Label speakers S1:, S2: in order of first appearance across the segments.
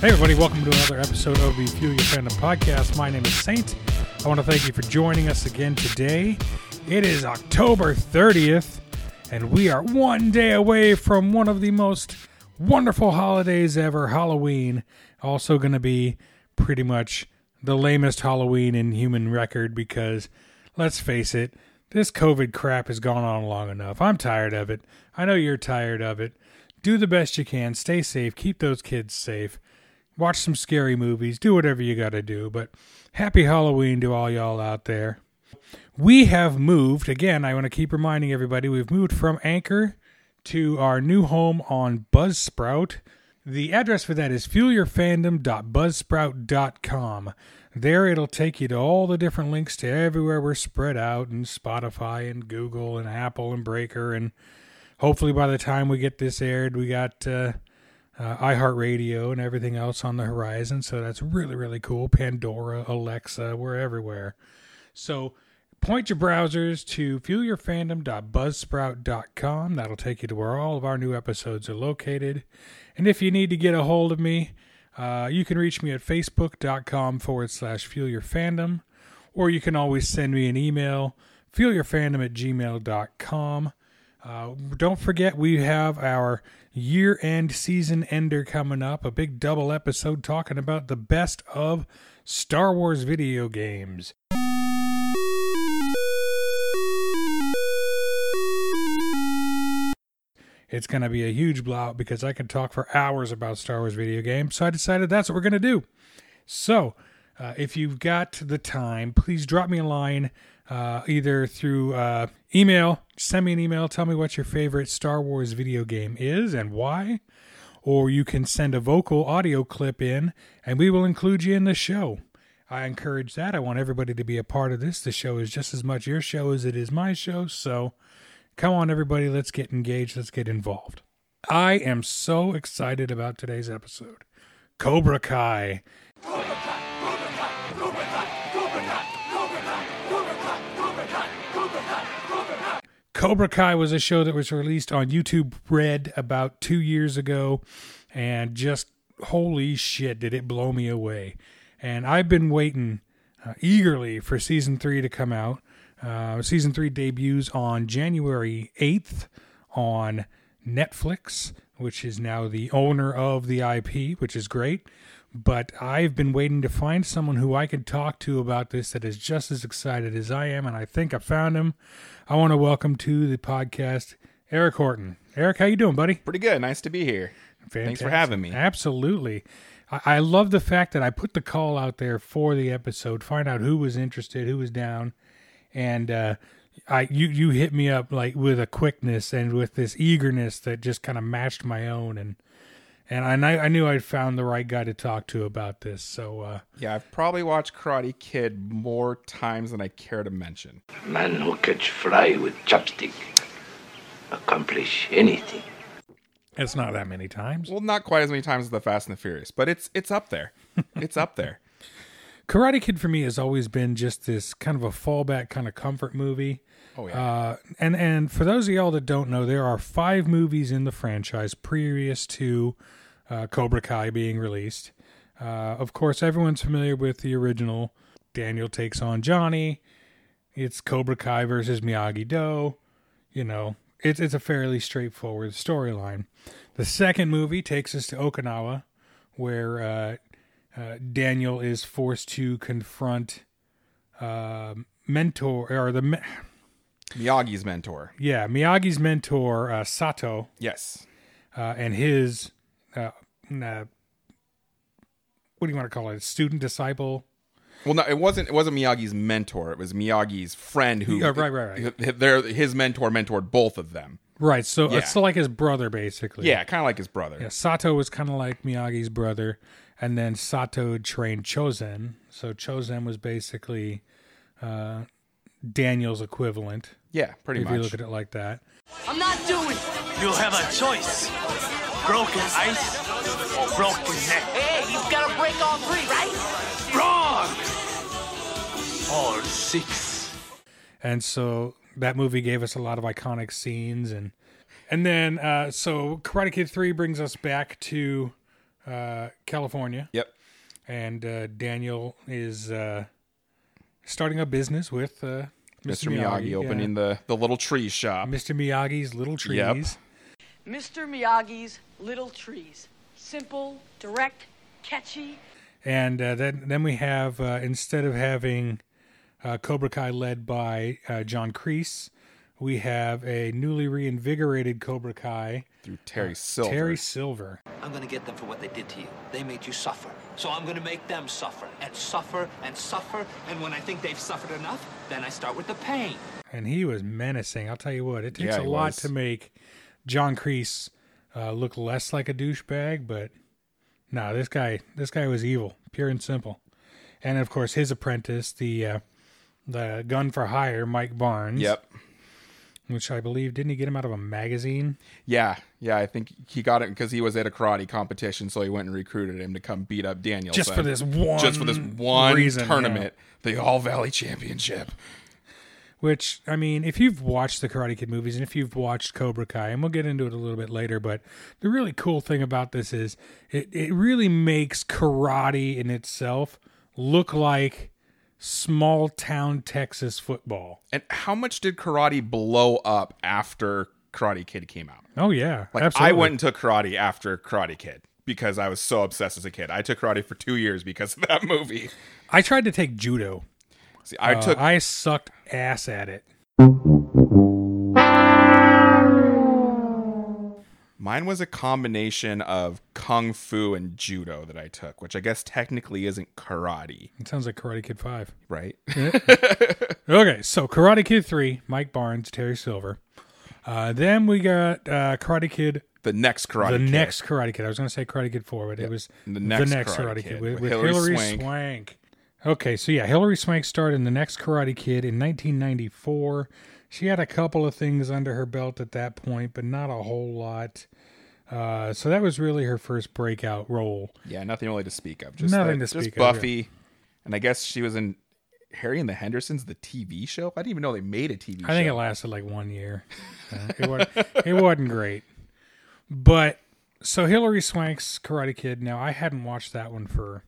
S1: Hey, everybody, welcome to another episode of the Fuel Your Fandom podcast. My name is Saint. I want to thank you for joining us again today. It is October 30th, and we are one day away from one of the most wonderful holidays ever Halloween. Also, going to be pretty much the lamest Halloween in human record because, let's face it, this COVID crap has gone on long enough. I'm tired of it. I know you're tired of it. Do the best you can. Stay safe. Keep those kids safe watch some scary movies, do whatever you got to do. But happy Halloween to all y'all out there. We have moved again. I want to keep reminding everybody we've moved from Anchor to our new home on Buzzsprout. The address for that is fuelyourfandom.buzzsprout.com. There it'll take you to all the different links to everywhere we're spread out and Spotify and Google and Apple and Breaker and hopefully by the time we get this aired, we got uh, uh, iHeartRadio and everything else on the horizon. So that's really, really cool. Pandora, Alexa, we're everywhere. So point your browsers to fuelyourfandom.buzzsprout.com. That'll take you to where all of our new episodes are located. And if you need to get a hold of me, uh, you can reach me at facebook.com forward slash fuelyourfandom, or you can always send me an email, fuelyourfandom at gmail.com. Uh, don't forget, we have our year end season ender coming up, a big double episode talking about the best of Star Wars video games. It's going to be a huge blowout because I can talk for hours about Star Wars video games, so I decided that's what we're going to do. So, uh, if you've got the time, please drop me a line uh, either through uh, email, send me an email, tell me what your favorite Star Wars video game is and why, or you can send a vocal audio clip in and we will include you in the show. I encourage that. I want everybody to be a part of this. The show is just as much your show as it is my show. So come on, everybody. Let's get engaged. Let's get involved. I am so excited about today's episode. Cobra Kai. Cobra Kai was a show that was released on YouTube Red about two years ago, and just holy shit, did it blow me away! And I've been waiting uh, eagerly for season three to come out. Uh, season three debuts on January eighth on Netflix, which is now the owner of the IP, which is great. But I've been waiting to find someone who I could talk to about this that is just as excited as I am, and I think I found him. I want to welcome to the podcast Eric Horton. Eric, how you doing, buddy?
S2: Pretty good. Nice to be here. Thanks for
S1: Fantastic.
S2: having me.
S1: Absolutely. I, I love the fact that I put the call out there for the episode, find out who was interested, who was down, and uh, I you you hit me up like with a quickness and with this eagerness that just kind of matched my own, and and I I knew I'd found the right guy to talk to about this. So uh,
S2: Yeah, I've probably watched Karate Kid more times than I care to mention.
S3: Man who catch fly with chopstick accomplish anything.
S1: it's not that many times.
S2: Well, not quite as many times as The Fast and the Furious, but it's it's up there. It's up there.
S1: Karate Kid for me has always been just this kind of a fallback kind of comfort movie.
S2: Oh yeah.
S1: Uh, and and for those of y'all that don't know, there are five movies in the franchise previous to uh, Cobra Kai being released. Uh, of course, everyone's familiar with the original. Daniel takes on Johnny. It's Cobra Kai versus Miyagi Do. You know, it's it's a fairly straightforward storyline. The second movie takes us to Okinawa, where uh, uh, Daniel is forced to confront uh, mentor or the. Me-
S2: Miyagi's mentor.
S1: yeah, Miyagi's mentor uh, Sato
S2: Yes.
S1: uh, and his uh, uh, what do you want to call it? Student disciple.
S2: Well, no, it wasn't. It wasn't Miyagi's mentor. It was Miyagi's friend who.
S1: Yeah, right, right,
S2: right. Their, his mentor mentored both of them.
S1: Right. So
S2: Yeah.
S1: it's like his brother, basically.
S2: Yeah, kind of like his brother.
S1: Yeah, Sato was kind of like Miyagi's brother, and then Sato trained Chozen. So Chozen was basically uh, Daniel's equivalent,
S2: Yeah, pretty
S1: if you
S2: much.
S1: look at it like that.
S4: I'm not doing it.
S5: You have a choice. Broken ice or broken neck.
S4: Hey, you've got to break all three, right?
S5: Wrong! Or six.
S1: and so that movie gave us a lot of iconic scenes and and then uh so karate kid 3 brings us back to uh, California,
S2: Yep.
S1: and uh, Daniel is uh, starting a business with uh,
S2: Mr. Miyagi, opening the, the little tree shop.
S1: Mr. Miyagi's Little Trees.
S2: Yep.
S4: Mr. Miyagi's Little Trees. Simple, direct, catchy.
S1: And uh, then then we have uh, instead of having uh, Cobra Kai led by uh, John Kreese, we have a newly reinvigorated Cobra Kai,
S2: Through Terry Silver.
S1: uh, Terry Silver.
S6: I'm gonna get them for what they did to you. They made you suffer. So I'm gonna make them suffer and suffer and suffer. And when I think they've suffered enough, then I start with the pain.
S1: and he was menacing. I'll tell you what, it takes
S2: Yeah,
S1: a
S2: he
S1: lot
S2: was.
S1: to make John Kreese uh, look less like a douchebag, but no, this guy, this guy was evil, pure and simple. And of course, his apprentice, the uh, the gun for hire, Mike Barnes.
S2: Yep.
S1: Which I believe didn't he get him out of a magazine?
S2: Yeah. Yeah. I think he got it because he was at a karate competition. So he went and recruited him to come beat up Daniel.
S1: Just for this one
S2: Just for this one
S1: reason, yeah.
S2: tournament, the All Valley Championship.
S1: Which I mean, if you've watched the Karate Kid movies and if you've watched Cobra Kai, and we'll get into it a little bit later, but the really cool thing about this is it, it really makes karate in itself look like small town Texas football.
S2: And how much did karate blow up after Karate Kid came out?
S1: Oh yeah.
S2: Like
S1: absolutely.
S2: I went and took karate after Karate Kid because I was so obsessed as a kid. I took karate for two years because of that movie.
S1: I tried to take judo.
S2: See, I
S1: Uh,
S2: took
S1: I sucked ass at it.
S2: Mine was a combination of kung fu and judo that I took, which I guess technically isn't karate,
S1: It sounds like Karate Kid five.
S2: right?
S1: Okay, so Karate Kid three, Mike Barnes, Terry Silver. Uh, then we got uh, Karate Kid
S2: the next karate.
S1: the
S2: Kid.
S1: next Karate Kid. I was going to say Karate Kid Four, but it was
S2: The next Karate Kid
S1: with, with Hillary, Swank. Okay, so yeah, Hillary Swank starred in the next Karate Kid in 1994. She had a couple of things under her belt at that point, but not a whole lot. Uh, so that was really her first breakout role.
S2: Yeah, nothing really to speak of. Just
S1: Nothing
S2: that-
S1: to
S2: just
S1: speak of, yeah.
S2: Buffy, and I guess she was in Harry and the Hendersons, the TV show. I didn't even know they made a TV.
S1: I think it
S2: show.
S1: lasted like one year. Uh, it, wasn't, it wasn't great. But so Hillary Swank's Karate Kid. Now I hadn't watched that one for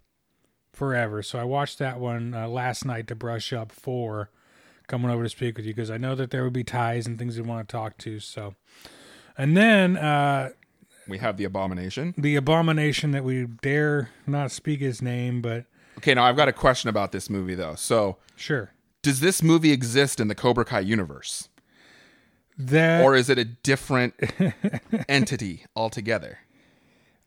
S1: forever, so I watched that one uh, last night to brush up for coming over to speak with you because I know that there would be ties and things we want to talk to. So, and then uh,
S2: we have the Abomination.
S1: the abomination that we dare not speak his name, but
S2: Okay, now I've got a question about this movie though. So,
S1: sure
S2: does this movie exist in the Cobra Kai universe,
S1: that
S2: or is it a different entity altogether?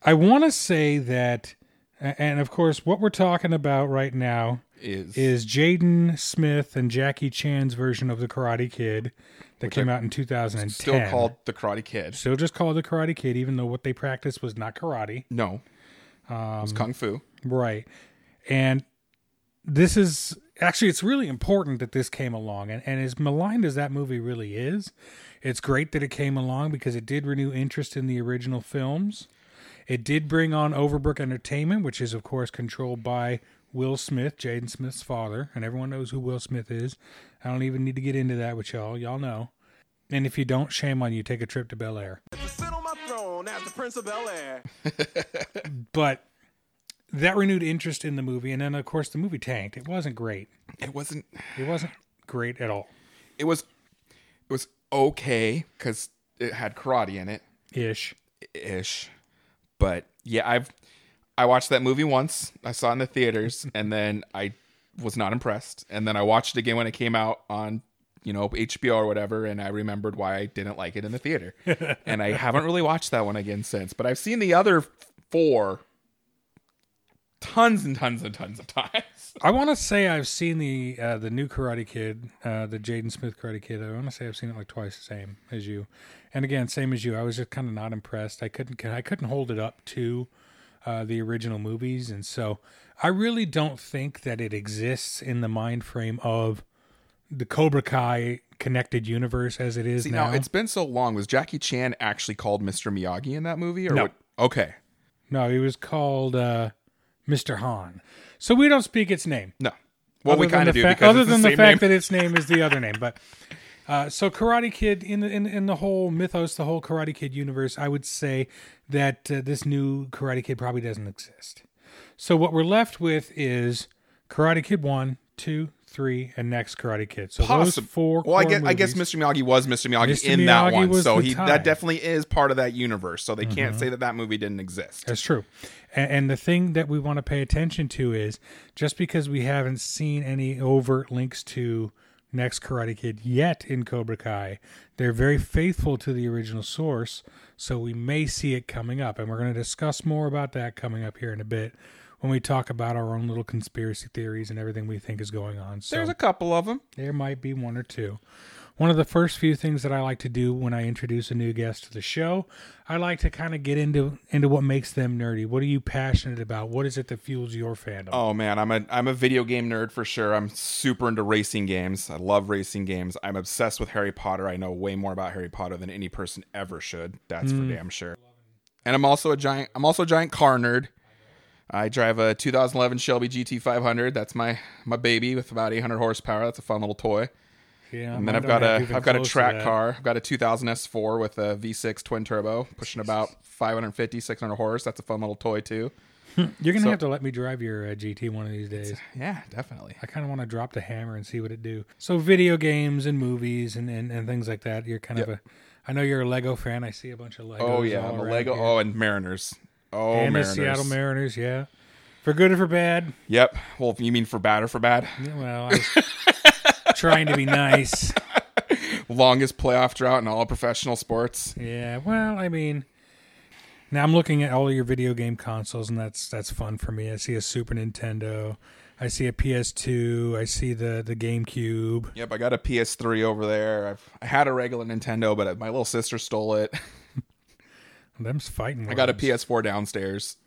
S1: I want to say that, a- and of course, what we're talking about right now
S2: Is
S1: is Jaden Smith and Jackie Chan's version of the Karate Kid that came out in 2010.
S2: still called the Karate Kid?
S1: still just called the Karate Kid, even though what they practiced was not karate,
S2: No. Um, it's kung fu.
S1: right? And this is actually it's really important that this came along, and and as maligned as that movie really is, it's great that it came along because it did renew interest in the original films. It did bring on Overbrook Entertainment, which is, of course, controlled by Will Smith, Jaden Smith's father, and everyone knows who Will Smith is. I don't even need to get into that with y'all. Y'all know. And if you don't, shame on you. Take a trip to Bel Air.
S7: sit on my throne as the Prince of Bel Air.
S1: But that renewed interest in the movie, and then, of course, the movie tanked. It wasn't great.
S2: It wasn't.
S1: It wasn't great at all.
S2: It was. It was okay because it had karate in it,
S1: Ish.
S2: ish. But yeah, I've I watched that movie once. I saw it in the theaters, and then I was not impressed. And then I watched it again when it came out on you know HBO or whatever, and I remembered why I didn't like it in the theater. and I haven't really watched that one again since. But I've seen the other four tons and tons and tons of times.
S1: I want to say I've seen the uh, the new Karate Kid, uh, the Jaden Smith Karate Kid. I want to say I've seen it like twice, same as you, and again, same as you. I was just kind of not impressed. I couldn't I couldn't hold it up to uh, the original movies, and so I really don't think that it exists in the mind frame of the Cobra Kai connected universe as it is
S2: See,
S1: now.
S2: now it's been so long. Was Jackie Chan actually called Mr. Miyagi in that movie? Or
S1: No.
S2: What? Okay.
S1: no, it was called uh, Mr. Han. So we don't speak its name.
S2: No. Well, we
S1: Other than
S2: kind
S1: the
S2: of do
S1: fa-
S2: because
S1: other
S2: it's
S1: than
S2: the
S1: the,
S2: same
S1: fact
S2: name.
S1: that its name is the other name, but Uh, so Karate Kid in the in, in the whole mythos, the whole Karate Kid universe, I would say that uh, this new Karate Kid probably doesn't exist. So what we're left with is Karate Kid one, two, three, and next Karate Kid. So
S2: Possible.
S1: those four.
S2: Well, I
S1: core
S2: guess I guess
S1: movies-
S2: Mr. Miyagi was Mr. Miyagi
S1: Mr.
S2: in that
S1: Miyagi
S2: one,
S1: was
S2: so
S1: the
S2: he
S1: tie. Mm-hmm.
S2: that definitely is part of that universe. So they can't say that that movie didn't exist.
S1: That's true. And, and the thing that we want to pay attention to is just because we haven't seen any overt links to Next Karate Kid yet in Cobra Kai, they're very faithful to the original source. So we may see it coming up. And we're going to discuss more about that coming up here in a bit when we talk about our own little conspiracy theories and everything we think is going on. So
S2: There's a couple of them.
S1: there might be one or two. One of the first few things that I like to do when I introduce a new guest to the show, I like to kind of get into into what makes them nerdy. What are you passionate about? What is it that fuels your fandom?
S2: Oh man, I'm a I'm a video game nerd for sure. I'm super into racing games. I love racing games. I'm obsessed with Harry Potter. I know way more about Harry Potter than any person ever should. That's
S1: Mm.
S2: for damn sure. And I'm also a giant I'm also a giant car nerd. I drive a 2011 Shelby GT500. That's my my baby with about 800 horsepower. That's a fun little toy.
S1: yeah,
S2: And then
S1: I
S2: I've
S1: don't
S2: got
S1: have
S2: a
S1: even
S2: I've got a
S1: close to
S2: track
S1: that.
S2: car. I've got a 2000 S4 with a V6 twin turbo, pushing about 550 600 horse. That's a fun little toy too.
S1: You're gonna
S2: So-
S1: have to let me drive your uh, GT one of these days.
S2: Yeah, definitely.
S1: I kind of want to drop the hammer and see what it do. So video games and movies and, and, and things like that. You're kind of
S2: Yep.
S1: a I know you're a Lego fan. I see a bunch of Legos.
S2: Oh yeah,
S1: all
S2: the
S1: around
S2: Lego.
S1: here.
S2: Oh, and Mariners. Oh,
S1: and
S2: Mariners.
S1: the Seattle Mariners. Yeah, for good or for bad.
S2: Yep. Well, you mean for bad or for bad?
S1: Yeah, Well, I was trying to be nice.
S2: Longest playoff drought in all professional sports.
S1: Yeah, well, I mean, now I'm looking at all of your video game consoles, and that's that's fun for me. I see a Super Nintendo, I see a PS2, I see the the GameCube.
S2: Yep, I got a PS3 over there. I've, I had a regular Nintendo, but my little sister stole it.
S1: Them's fighting.
S2: I got a
S1: words.
S2: PS4 downstairs.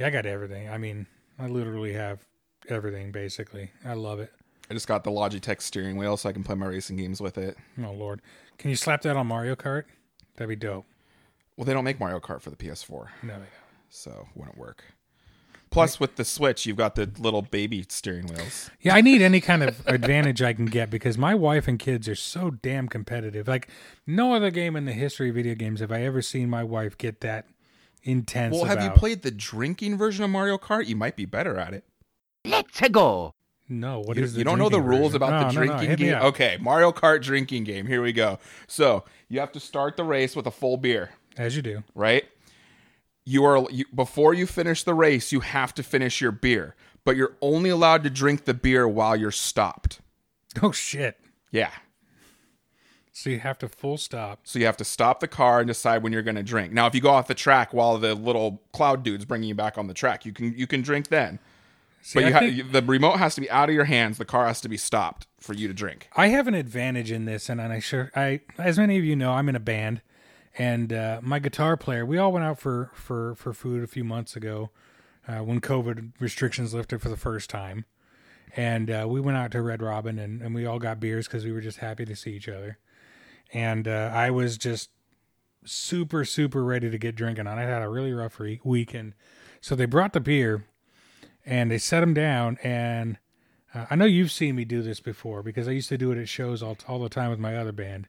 S1: Yeah, I got everything. I mean, I literally have everything basically. I love it.
S2: I just got the Logitech steering wheel so I can play my racing games with it.
S1: Oh Lord, can you slap that on Mario Kart? That'd be dope.
S2: Well, they don't make Mario Kart for the PS4,
S1: No, they don't.
S2: so wouldn't work. Plus, with the Switch, you've got the little baby steering wheels.
S1: Yeah, I need any kind of advantage I can get because my wife and kids are so damn competitive. Like no other game in the history of video games have I ever seen my wife get that intense.
S2: Well, have you
S1: about.
S2: played the drinking version of Mario Kart? You might be better at it.
S1: No, what is
S2: You,
S1: the
S2: you don't know the
S1: drinking
S2: rules
S1: version?
S2: about the
S1: No, no, no,
S2: drinking
S1: hit me
S2: game?
S1: up.
S2: Okay, Mario Kart drinking game. Here we go. So you have to start the race with a full beer,
S1: as you do.
S2: right? You are you, before you finish the race, you have to finish your beer, but you're only allowed to drink the beer while you're stopped.
S1: Oh shit!
S2: Yeah.
S1: So you have to full stop.
S2: So you have to stop the car and decide when you're going to drink. Now, if you go off the track while the little cloud dude's bringing you back on the track, you can you can drink then.
S1: See,
S2: but you
S1: I,
S2: ha-
S1: think-
S2: you- the remote has to be out of your hands. The car has to be stopped for you to drink.
S1: I have an advantage in this, and I sure I, as many of you know, I'm in a band, and uh, my guitar player. We all went out for for for food a few months ago, uh, when COVID restrictions lifted for the first time, and uh, we went out to Red Robin, and, and we all got beers because we were just happy to see each other, and uh, I was just super super ready to get drinking on. I had a really rough re- weekend, so they brought the beer, and they set them down, and uh, I know you've seen me do this before because I used to do it at shows all, all the time with my other band.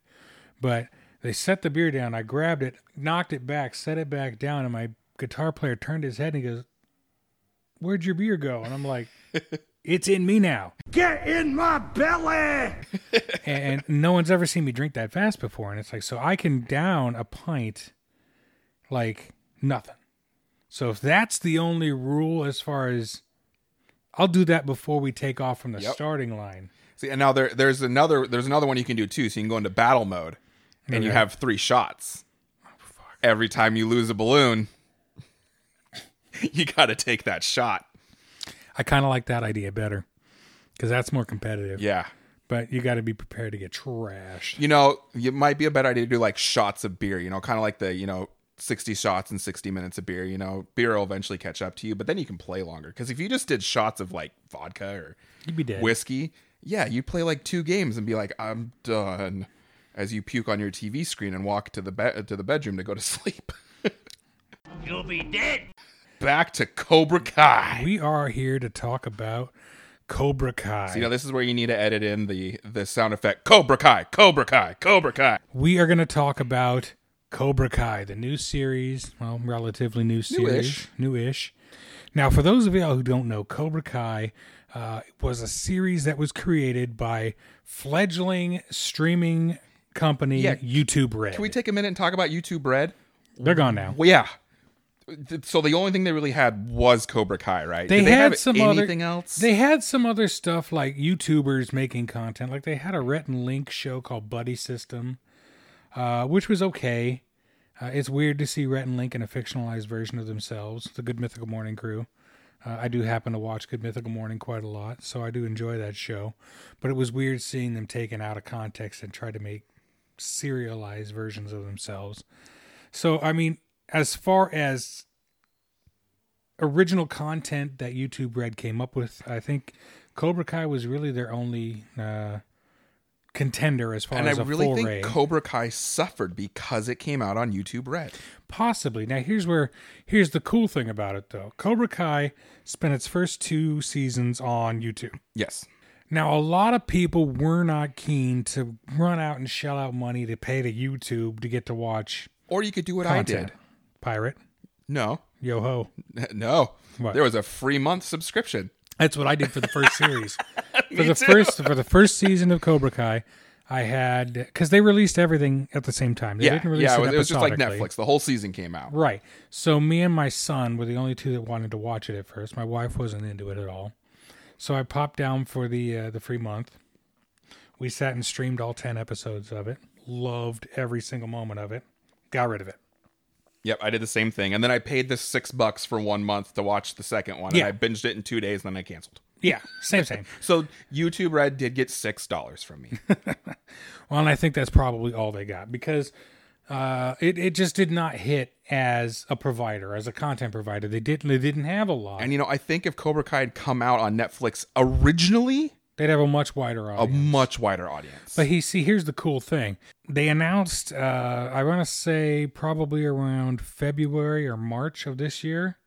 S1: But they set the beer down. I grabbed it, knocked it back, set it back down, and my guitar player turned his head and he goes, Where'd your beer go? And I'm like, It's in me now.
S7: Get in my belly!
S1: And, and no one's ever seen me drink that fast before. And it's like, so I can down a pint like nothing. So if that's the only rule as far as I'll do that before we take off from the
S2: Yep.
S1: starting line.
S2: See, and now there, there's another there's another one you can do too. So you can go into battle mode, and you have three shots.
S1: Oh,
S2: Every time you lose a balloon, you got to take that shot.
S1: I kind of like that idea better because that's more competitive.
S2: Yeah,
S1: But you got to be prepared to get trashed.
S2: you know, it might be a better idea to do like shots of beer. You know, kind of like the you know. 60 shots and 60 minutes of beer, you know, beer will eventually catch up to you, but then you can play longer. Because if you just did shots of like vodka or
S1: You'd be dead.
S2: whiskey, yeah, you play like two games and be like, I'm done, as you puke on your TV screen and walk to the be- to the bedroom to go to sleep.
S5: You'll be dead.
S2: Back to Cobra Kai.
S1: we are here to talk about Cobra Kai.
S2: You know, this is where you need to edit in the the sound effect Cobra Kai, Cobra Kai, Cobra Kai.
S1: we are going to talk about Cobra Kai, the new series, well, relatively new series,
S2: Newish.
S1: newish. Now, for those of y'all who don't know, Cobra Kai uh, was a series that was created by fledgling streaming company
S2: Yeah, c-
S1: YouTube Red.
S2: Can we take a minute and talk about YouTube Red?
S1: They're gone now.
S2: Well, yeah. Th- So the only thing they really had was Cobra Kai, right?
S1: They,
S2: Did
S1: had
S2: have
S1: some
S2: anything
S1: other,
S2: else.
S1: They had some other stuff like YouTubers making content. Like they had a Rhett and Link show called Buddy System, uh, which was okay. Uh, it's weird to see Rhett and Link in a fictionalized version of themselves, the Good Mythical Morning crew. Uh, I do happen to watch Good Mythical Morning quite a lot, so I do enjoy that show. But it was weird seeing them taken out of context and try to make serialized versions of themselves. So, I mean, as far as original content that YouTube Red came up with, I think Cobra Kai was really their only uh, contender as far
S2: and I
S1: as a
S2: really
S1: foray.
S2: think Cobra Kai suffered because it came out on YouTube Red.
S1: Possibly. Now here's where here's the cool thing about it though. Cobra Kai spent its first two seasons on YouTube.
S2: Yes.
S1: Now a lot of people were not keen to run out and shell out money to pay to YouTube to get to watch
S2: Or you could do what I
S1: content.
S2: did.
S1: Pirate.
S2: No.
S1: Yo ho.
S2: No.
S1: What?
S2: There was a free month subscription.
S1: That's what I did for the first series. for the first for the first season of Cobra Kai, I had because they released everything at the same time. They
S2: yeah.
S1: didn't release
S2: yeah. It
S1: it,
S2: was, it was just like
S1: episodically.
S2: Netflix. The whole season came out.
S1: Right. So me and my son were the only two that wanted to watch it at first. My wife wasn't into it at all. So I popped down for the uh, the free month. We sat and streamed all 10 episodes of it. Loved every single moment of it. Got rid of it.
S2: Yep, I did the same thing, and then I paid the six bucks for one month to watch the second one,
S1: Yeah.
S2: and I binged it in two days, and then I canceled.
S1: Yeah, same same.
S2: So YouTube Red did get six dollars from me.
S1: Well, and I think that's probably all they got because uh, it it just did not hit as a provider, as a content provider. They didn't they didn't have a lot.
S2: and you know, I think if Cobra Kai had come out on Netflix originally,
S1: They'd have a much wider
S2: a
S1: audience.
S2: much wider audience.
S1: But he see here's the cool thing. They announced uh I want to say probably around February or March of this year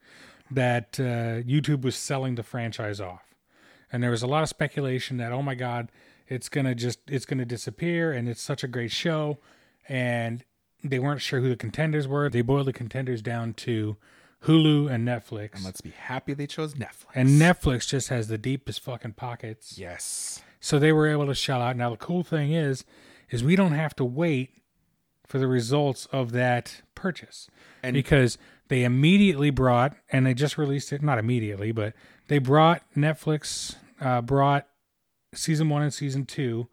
S1: that uh YouTube was selling the franchise off. And there was a lot of speculation that oh my god, it's going to just it's going to disappear and it's such a great show and they weren't sure who the contenders were. They boiled the contenders down to Hulu and Netflix. And,
S2: Let's be happy they chose Netflix.
S1: Netflix just has the deepest fucking pockets.
S2: yes,
S1: So they were able to shell out. Now the cool thing is, is we don't have to wait for the results of that purchase,
S2: And-
S1: because they immediately brought and they just released it. Not immediately, but they brought Netflix, uh, brought season one and season two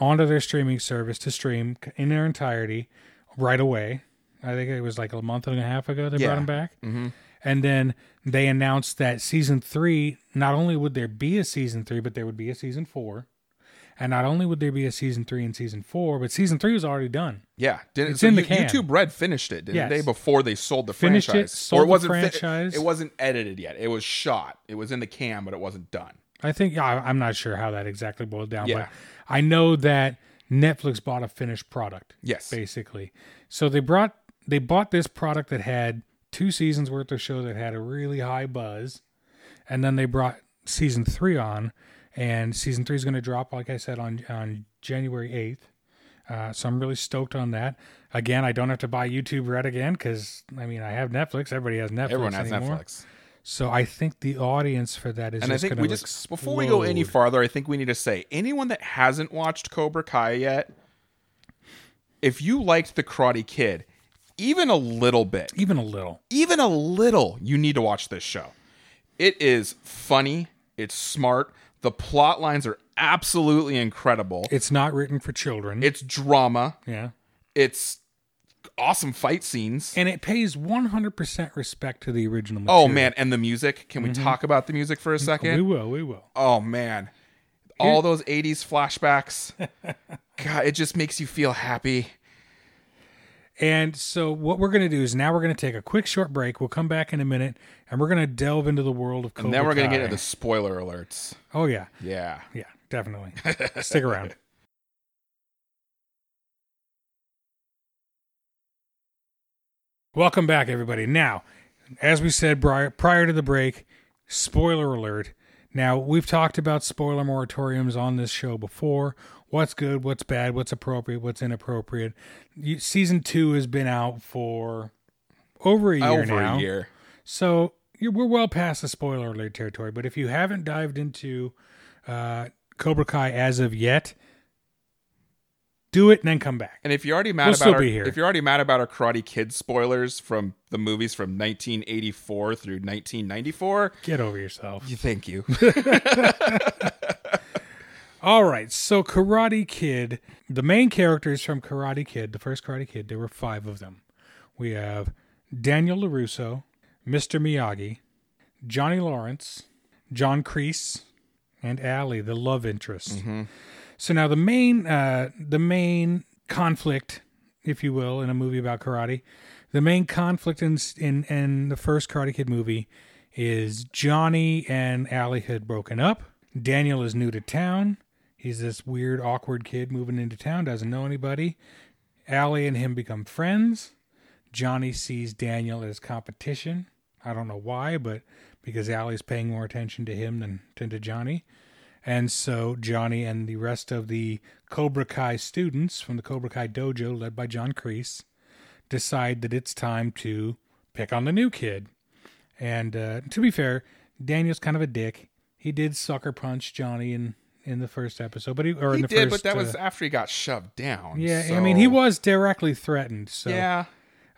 S1: onto their streaming service to stream in their entirety right away. I think it was like a month and a half ago they brought
S2: Yeah. Mm-hmm.
S1: them back. And then they announced that season three, not only would there be a season three, but there would be a season four. And not only would there be a season three and season four, but season three was already done.
S2: yeah. Didn't,
S1: It's in the can.
S2: YouTube Red finished it, didn't
S1: Yes.
S2: they? Before they sold the
S1: Finished it,
S2: franchise,
S1: sold the
S2: wasn't fi-
S1: franchise.
S2: it wasn't edited yet. It was shot. It was in the can, but it wasn't done.
S1: I think I, I'm not sure how that exactly boiled down,
S2: Yeah.
S1: but I know that Netflix bought a finished product.
S2: Yes.
S1: basically. So they brought they bought this product that had two seasons worth of show that had a really high buzz, and then they brought season three on, and season three is going to drop, like I said, on on January eighth. Uh, so I'm really stoked on that. Again, I don't have to buy YouTube Red again because I mean I have Netflix. Everybody has Netflix.
S2: Everyone has
S1: anymore.
S2: Netflix.
S1: So I think the audience for that is.
S2: and I
S1: just
S2: think
S1: gonna
S2: we just before we go any
S1: explode.
S2: farther, I think we need to say anyone that hasn't watched Cobra Kai yet, if you liked the Karate Kid, even a little bit,
S1: even a little.
S2: even a little, you need to watch this show. It is funny, it's smart, the plot lines are absolutely incredible.
S1: It's not written for children.
S2: It's drama,
S1: yeah.
S2: it's awesome fight scenes.
S1: and it pays 100% respect to the original material.
S2: Oh man, and the music. Can we talk about the music for a second?
S1: Mm-hmm. we will we will
S2: Oh man. All those 80s flashbacks. God, it just makes you feel happy.
S1: and so what we're going to do is now we're going to take a quick short break we'll come back in a minute and we're going to delve into the world of Cobra
S2: And then we're going to get
S1: Kai.
S2: into the spoiler alerts.
S1: oh yeah
S2: Yeah.
S1: yeah definitely stick around welcome back everybody now as we said prior, prior to the break spoiler alert Now, we've talked about spoiler moratoriums on this show before. What's good, what's bad, what's appropriate, what's inappropriate. You, season two has been out for over a year
S2: Over
S1: now.
S2: a year.
S1: So you- we're well past the spoiler alert territory. But if you haven't dived into uh, Cobra Kai as of yet, do it and then come back.
S2: And if you're already mad
S1: We'll
S2: about
S1: still
S2: our,
S1: be here.
S2: if you're already mad about our Karate Kid spoilers from the movies from 1984 through 1994,
S1: Get over yourself.
S2: you thank you.
S1: All right, so Karate Kid, the main characters from Karate Kid, the first Karate Kid, there were five of them. We have Daniel LaRusso, Mr. Miyagi, Johnny Lawrence, John Kreese, and Allie, the love interest. So now the main, uh, the main conflict, if you will, in a movie about karate, the main conflict in in, in the first Karate Kid movie is Johnny and Allie had broken up. Daniel is new to town. He's this weird, awkward kid moving into town, doesn't know anybody. Allie and him become friends. Johnny sees Daniel as competition. I don't know why, but because Allie's paying more attention to him than, than to Johnny. And so Johnny and the rest of the Cobra Kai students from the Cobra Kai dojo, led by John Kreese, decide that it's time to pick on the new kid. And uh, to be fair, Daniel's kind of a dick. He did sucker punch Johnny in, in the first episode, but he or in
S2: he
S1: the
S2: did,
S1: first,
S2: but that was
S1: uh,
S2: after he got shoved down.
S1: yeah. I
S2: so-
S1: mean, he was directly threatened. So
S2: Yeah,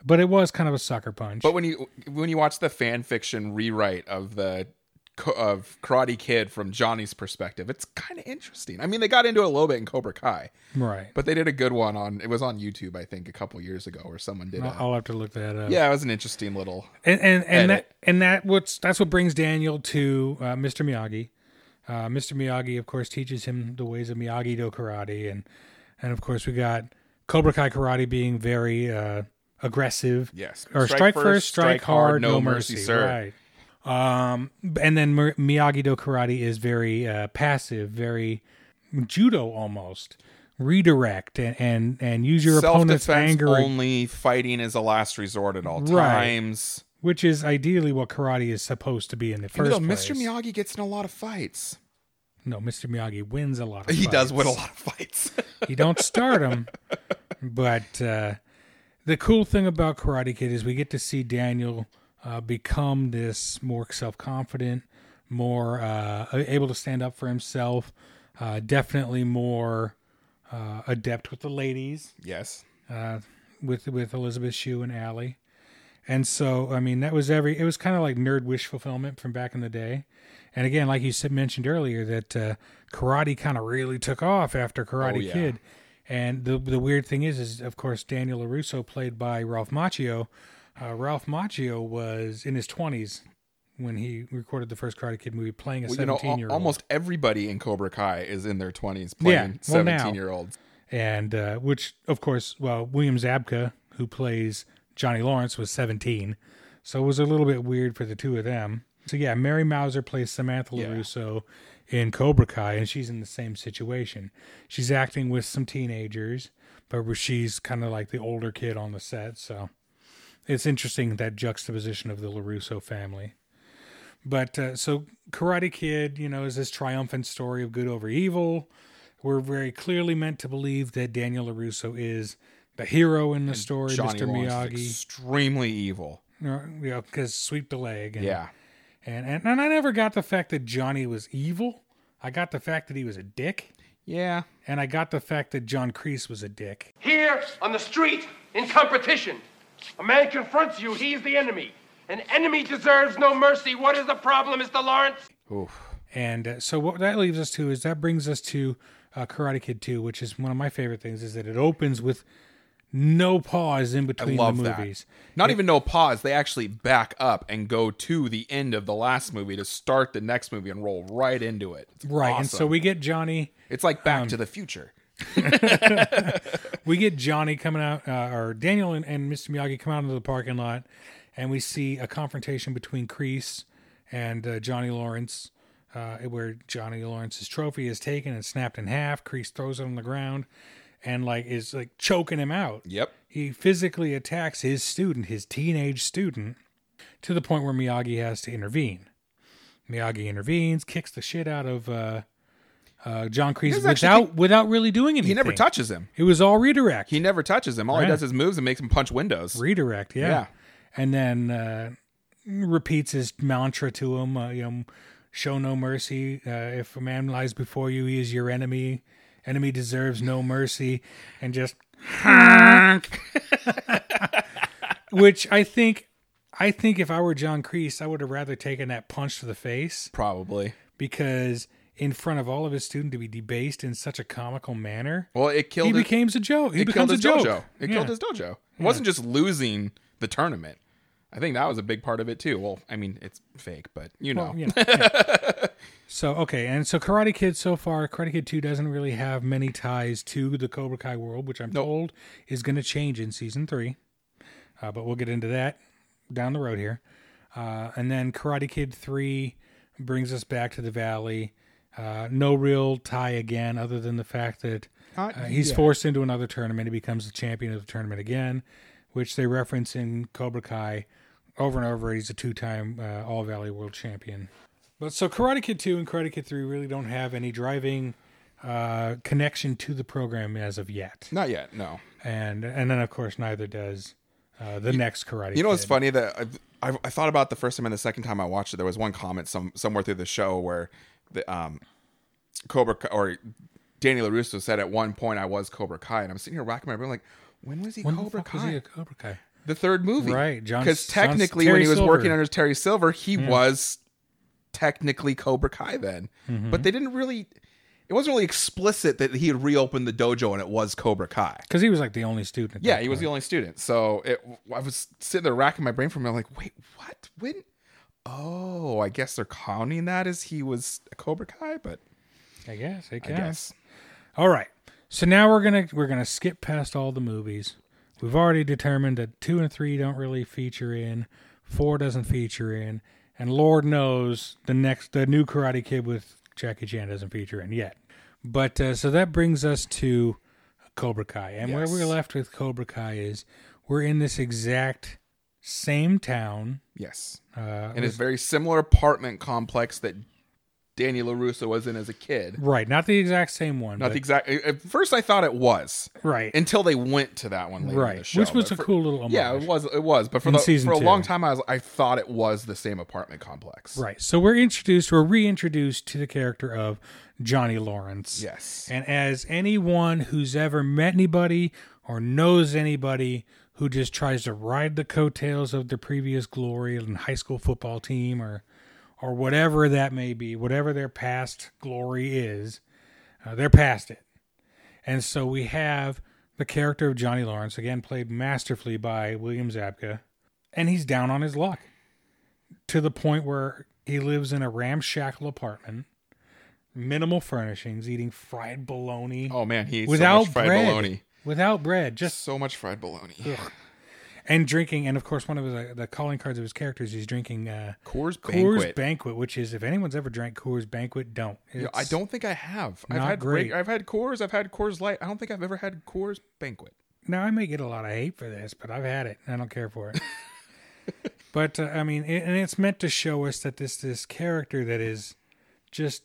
S1: but it was kind of a sucker punch.
S2: but when you when you watch the fan fiction rewrite of the co- of Karate Kid from Johnny's perspective, it's kind of interesting. I mean, they got into it a little bit in Cobra Kai,
S1: right.
S2: but they did a good one on it was on YouTube, I think, a couple years ago, or someone did.
S1: I'll,
S2: a-
S1: I'll have to look that up.
S2: yeah, it was an interesting little.
S1: And and and that
S2: Edit.
S1: and that what's that's what brings Daniel to uh, Mr. Miyagi. Uh, Mr. Miyagi, of course, teaches him the ways of Miyagi Do karate, and and of course we got Cobra Kai karate being very uh, aggressive.
S2: Yes.
S1: or strike, first, strike, hard, no, mercy,
S2: sir.
S1: Right. Um, and then Mir- Miyagi Do karate is very uh, passive, very judo almost. Redirect and and, and use your opponent's
S2: Self-defense
S1: anger ag-
S2: only fighting is a last resort at all
S1: Right.
S2: times.
S1: which is ideally what karate is supposed to be in the first
S2: Even though
S1: place.
S2: Mr. Miyagi gets in a lot of fights,
S1: No, Mr. Miyagi wins a lot of
S2: he does
S1: fights.
S2: win a lot of fights.
S1: you don't start him. But uh, the cool thing about Karate Kid is we get to see Daniel uh, become this more self confident, more uh, able to stand up for himself, uh, definitely more uh, adept with the ladies
S2: yes,
S1: with with Elizabeth Shue and Allie. And so, I mean, that was every. It was kind of like nerd wish fulfillment from back in the day. And again, like you said, mentioned earlier, that uh, karate kind of really took off after Karate
S2: Oh, yeah.
S1: Kid. And the the weird thing is, is of course Daniel Larusso, played by Ralph Macchio. Uh, Ralph Macchio was in his twenties when he recorded the first Karate Kid movie, playing a
S2: well, you know,
S1: seventeen
S2: al-
S1: year old.
S2: almost everybody in Cobra Kai is in their twenties
S1: Yeah,
S2: playing
S1: well, now.
S2: seventeen-year-olds.
S1: and uh, which of course well william zabka who plays johnny lawrence was 17 so it was a little bit weird for the two of them so yeah mary mauser plays samantha larusso in cobra kai and she's in the same situation she's acting with some teenagers but she's kind of like the older kid on the set so it's interesting that juxtaposition of the larusso family but uh, so karate kid you know is this triumphant story of good over evil we're very clearly meant to believe that Daniel LaRusso is the hero in the story,
S2: Johnny
S1: Mr.
S2: Lawrence is
S1: Miyagi.
S2: extremely evil.
S1: Or, you know, because sweep the leg. And,
S2: Yeah,
S1: And, and, and I never got the fact that Johnny was evil. I got the fact that he was a dick.
S2: yeah.
S1: And I got the fact that John Kreese was a dick.
S8: Here, on the street, in competition, a man confronts you, he's the enemy. An enemy deserves no mercy. What is the problem, Mr. Lawrence?
S1: And uh, so what that leaves us to is that brings us to uh, Karate Kid 2, which is one of my favorite things, is that it opens with no pause in
S2: I
S1: between
S2: love
S1: the
S2: that.
S1: movies.
S2: Not even no pause. They actually back up and go to the end of the last movie to start the next movie and roll right into it. It's
S1: Right. And
S2: awesome.
S1: so we Um, get Johnny
S2: It's like Back to the Future.
S1: we get Johnny coming out, uh, or Daniel and, and Mr. Miyagi come out into the parking lot, and we see a confrontation between Kreese and uh, Johnny Lawrence, uh, where Johnny Lawrence's trophy is taken and snapped in half. Kreese throws it on the ground, and like is like choking him out.
S2: Yep.
S1: He physically attacks his student, his teenage student, to the point where Miyagi has to intervene. Miyagi intervenes, kicks the shit out of uh, uh, John Kreese
S2: doesn't actually
S1: without without really doing anything.
S2: He never touches him.
S1: It was all redirect.
S2: He never touches him. All
S1: Right.
S2: he does is moves and makes him punch windows.
S1: redirect, yeah.
S2: Yeah.
S1: And then uh, repeats his mantra to him, uh, you know, show no mercy. Uh, if a man lies before you, he is your enemy. Enemy deserves no mercy, and just honk. Which I think, I think if I were John Kreese, I would have rather taken that punch to the face
S2: Probably.
S1: because in front of all of his students to be debased in such a comical manner,
S2: Well, it killed.
S1: he
S2: his-
S1: becomes a joke. He
S2: it killed
S1: becomes a
S2: his
S1: joke.
S2: dojo. It
S1: Yeah.
S2: killed his dojo. It wasn't just losing the tournament. I think that was a big part of it too. Well, I mean, it's fake, but you know,
S1: Well, you know, yeah. so okay, and so Karate Kid so far, Karate Kid Two doesn't really have many ties to the Cobra Kai world, which I'm told is going to change in season three. Uh, but we'll get into that down the road here. Uh, and then Karate Kid Three brings us back to the Valley. Uh, no real tie again, other than the fact that uh, he's forced into another tournament. He becomes the champion of the tournament again, which they reference in Cobra Kai over and over. He's a two-time uh, All Valley World Champion. But so Karate Kid Two and Karate Kid Three really don't have any driving uh, connection to the program as of yet,
S2: not yet. No,
S1: and and then of course neither does uh, the next Karate.
S2: you know what's
S1: Kid.
S2: funny that I, I, I thought about the first time and the second time I watched it. There was one comment some somewhere through the show where the um, Cobra Kai- or Danny Larusso said at one point I was Cobra Kai, and I'm sitting here racking my brain like, when was he
S1: When the
S2: Cobra
S1: fuck was he
S2: Kai?
S1: a Cobra Kai.
S2: the third movie,
S1: Right, John-
S2: Because
S1: John-
S2: technically,
S1: Terry
S2: when he was
S1: Silver. Hmm.
S2: working under Terry Silver, he was technically Cobra Kai then,
S1: Mm-hmm.
S2: but they didn't really. It wasn't really explicit that he had reopened the dojo and it was Cobra Kai.
S1: Because he was like the only student. at
S2: Yeah,
S1: that
S2: he was the
S1: point.
S2: only student. So it, I was sitting there racking my brain for me. I'm like, wait, what? When? Oh, I guess they're counting that as he was a Cobra Kai, but
S1: I guess. I guess.
S2: I guess.
S1: All right. So now we're gonna we're gonna skip past all the movies. We've already determined that two and three don't really feature in, four doesn't feature in, and Lord knows the next the new Karate Kid with Jackie Chan doesn't feature in yet. But uh, so that brings us to Cobra Kai, and where we're
S2: Yes.
S1: left with Cobra Kai is we're in this exact same town.
S2: Yes.
S1: Uh,
S2: in a very similar apartment complex that Danny LaRusso was in as a kid.
S1: Right, not the exact same one.
S2: Not
S1: but-
S2: the exact. At first, I thought it was
S1: right.
S2: until they went to that one later. in the
S1: Right,
S2: show.
S1: which was
S2: But
S1: a
S2: for-
S1: cool little homage.
S2: Yeah, it was. It was. But for
S1: In
S2: the,
S1: season
S2: for a
S1: two.
S2: long time, I was. I thought it was the same apartment complex.
S1: Right. So we're introduced, we're reintroduced to the character of Johnny Lawrence.
S2: Yes.
S1: And as anyone who's ever met anybody or knows anybody who just tries to ride the coattails of their previous glory in high school football team or or whatever that may be, whatever their past glory is, uh, they're past it. And so we have the character of Johnny Lawrence, again played masterfully by William Zabka, and he's down on his luck to the point where he lives in a ramshackle apartment, minimal furnishings, eating fried bologna
S2: Oh man, he ate
S1: without
S2: so much fried
S1: bread,
S2: bologna.
S1: without bread, just
S2: So much fried bologna.
S1: and drinking. And of course, one of his, uh, the calling cards of his characters, he's drinking uh,
S2: Coors
S1: Coors
S2: Banquet.
S1: Banquet, which is if anyone's ever drank Coors Banquet, don't.
S2: Yeah, I
S1: It's-
S2: don't think I have. I've
S1: not
S2: had
S1: great.
S2: Reg- I've had Coors. I've had Coors Light. I don't think I've ever had Coors Banquet.
S1: Now I may get a lot of hate for this, but I've had it. and I don't care for it. but uh, I mean, it, and it's meant to show us that this this character that is just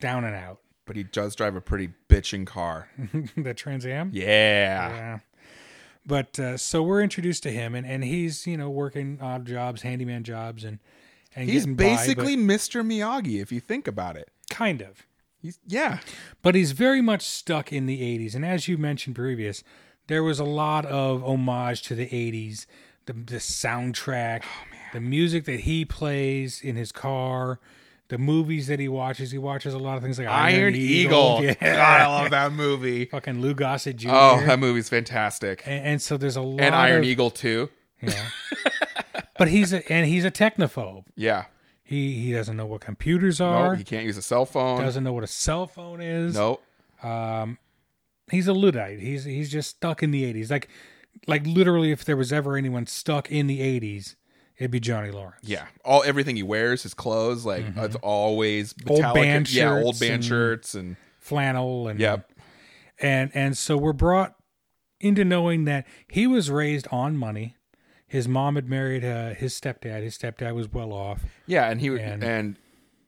S1: down and out.
S2: But he does drive a pretty bitchin' car.
S1: the Trans Am.
S2: Yeah.
S1: Yeah. But uh, so we're introduced to him, and, and he's you know working odd jobs, handyman jobs, and and
S2: He's
S1: getting by, but
S2: basically Mr. Miyagi if you think about it.
S1: kind of,
S2: He's yeah.
S1: but he's very much stuck in the '80s. And as you mentioned previous, there was a lot of homage to the '80s, the the soundtrack,
S2: Oh,
S1: the music that he plays in his car, the movies that he watches. He watches a lot of things like Iron,
S2: Iron Eagle.
S1: Yeah.
S2: God, I love that movie.
S1: fucking Lou Gossett Jr.
S2: Oh, that movie's fantastic.
S1: and, and so there's a lot
S2: And Iron
S1: of,
S2: Eagle too.
S1: Yeah. but he's a and he's a technophobe.
S2: Yeah.
S1: He he doesn't know what computers
S2: No,
S1: are.
S2: he can't use a cell phone.
S1: doesn't know what a cell phone is.
S2: No.
S1: He's a luddite. He's he's just stuck in the 80s. Like like literally if there was ever anyone stuck in the 80s, it'd be Johnny Lawrence.
S2: Yeah. All everything he wears, his clothes, like it's always
S1: Mm-hmm. Old
S2: metallic.
S1: band
S2: yeah, old
S1: shirts
S2: band
S1: and-
S2: shirts and
S1: Flannel and
S2: Yep.
S1: and and so we're brought into knowing that he was raised on money. His mom had married uh, his stepdad. His stepdad was well off.
S2: Yeah, and he
S1: And-
S2: and, and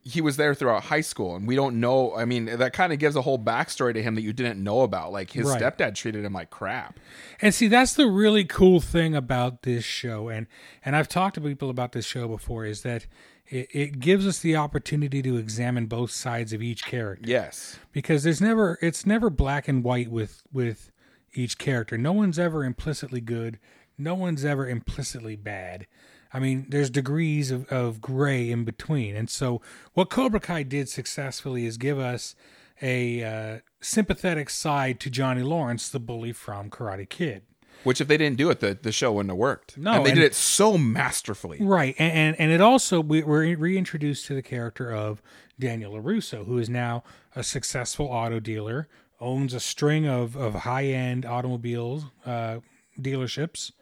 S2: he was there throughout high school and we don't know i mean that kind of gives a whole backstory to him that you didn't know about like his
S1: Right.
S2: stepdad treated him like crap
S1: And see, that's the really cool thing about this show, and and I've talked to people about this show before, is that it, it gives us the opportunity to examine both sides of each character
S2: yes
S1: because there's never it's never black and white with with each character. No one's ever implicitly good. No one's ever implicitly bad. I mean, there's degrees of, of gray in between. And so, what Cobra Kai did successfully is give us a uh, sympathetic side to Johnny Lawrence, the bully from Karate Kid.
S2: which if they didn't do it the, the show wouldn't have worked
S1: No,
S2: and they
S1: and-
S2: did it so masterfully
S1: Right, and and, and it also we were reintroduced to the character of Daniel Larusso, who is now a successful auto dealer, owns a string of of high end automobiles uh, dealerships,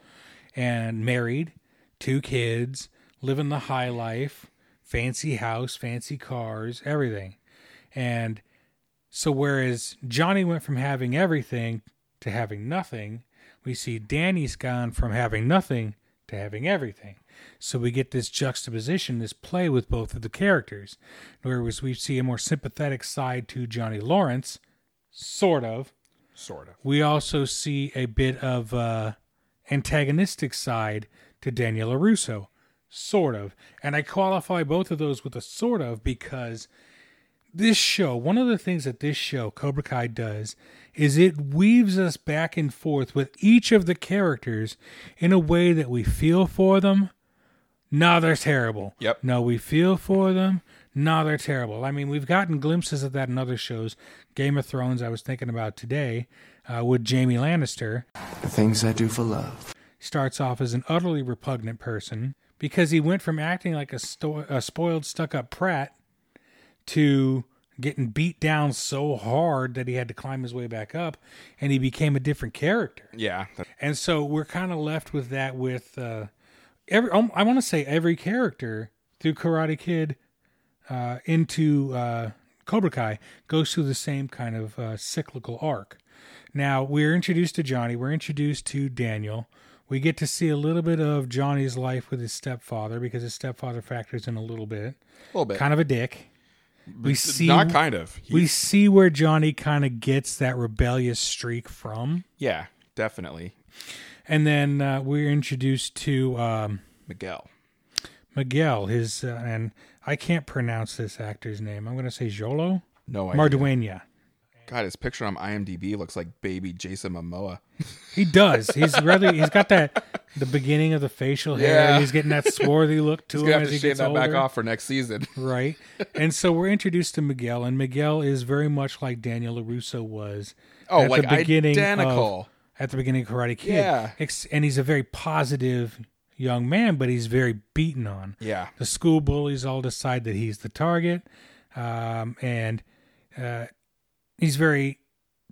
S1: and married, two kids, living the high life, fancy house, fancy cars, everything, and so whereas Johnny went from having everything to having nothing, we see Danny's gone from having nothing to having everything. So we get this juxtaposition, this play with both of the characters, whereas we see a more sympathetic side to Johnny Lawrence, sort of.
S2: sort of
S1: We also see a bit of uh, antagonistic side to Daniela Russo, sort of. And I qualify both of those with a sort of because this show, one of the things that this show, Cobra Kai, does is it weaves us back and forth with each of the characters in a way that we feel for them. No, they're terrible.
S2: Yep.
S1: No, we feel for them. No, they're terrible. I mean, we've gotten glimpses of that in other shows. Game of Thrones, I was thinking about today uh, with Jamie Lannister.
S9: Things I do for love.
S1: starts off as an utterly repugnant person because he went from acting like a, sto- a spoiled, stuck up prat to getting beat down so hard that he had to climb his way back up and he became a different character.
S2: yeah
S1: And so we're kind of left with that with uh, every um, I want to say every character through Karate Kid uh, into uh, Cobra Kai goes through the same kind of uh, cyclical arc. Now we're introduced to Johnny. We're introduced to Daniel. We get to see a little bit of Johnny's life with his stepfather because his stepfather factors in a little bit.
S2: a little bit
S1: Kind of a dick. We see
S2: not kind of He-
S1: we see where Johnny kind of gets that rebellious streak from.
S2: yeah definitely
S1: And then uh, we're introduced to um,
S2: miguel
S1: Miguel, his, uh, and I can't pronounce this actor's name. I'm going to say Jolo
S2: no idea.
S1: Marduena.
S2: god his picture on imdb looks like baby jason momoa
S1: He does. He's really, he's got that, the beginning of the facial hair.
S2: Yeah.
S1: He's getting that swarthy look to
S2: he's
S1: him
S2: gonna have
S1: as
S2: to
S1: he
S2: shave
S1: gets
S2: that
S1: older.
S2: back off for next season
S1: Right. And so we're introduced to Miguel, and Miguel is very much like Daniel LaRusso was
S2: Oh,
S1: at
S2: like
S1: the beginning of-
S2: identical.
S1: at the beginning of Karate Kid.
S2: Yeah.
S1: Ex- And he's a very positive young man, but he's very beaten on.
S2: yeah
S1: The school bullies all decide that he's the target, um, and uh, he's very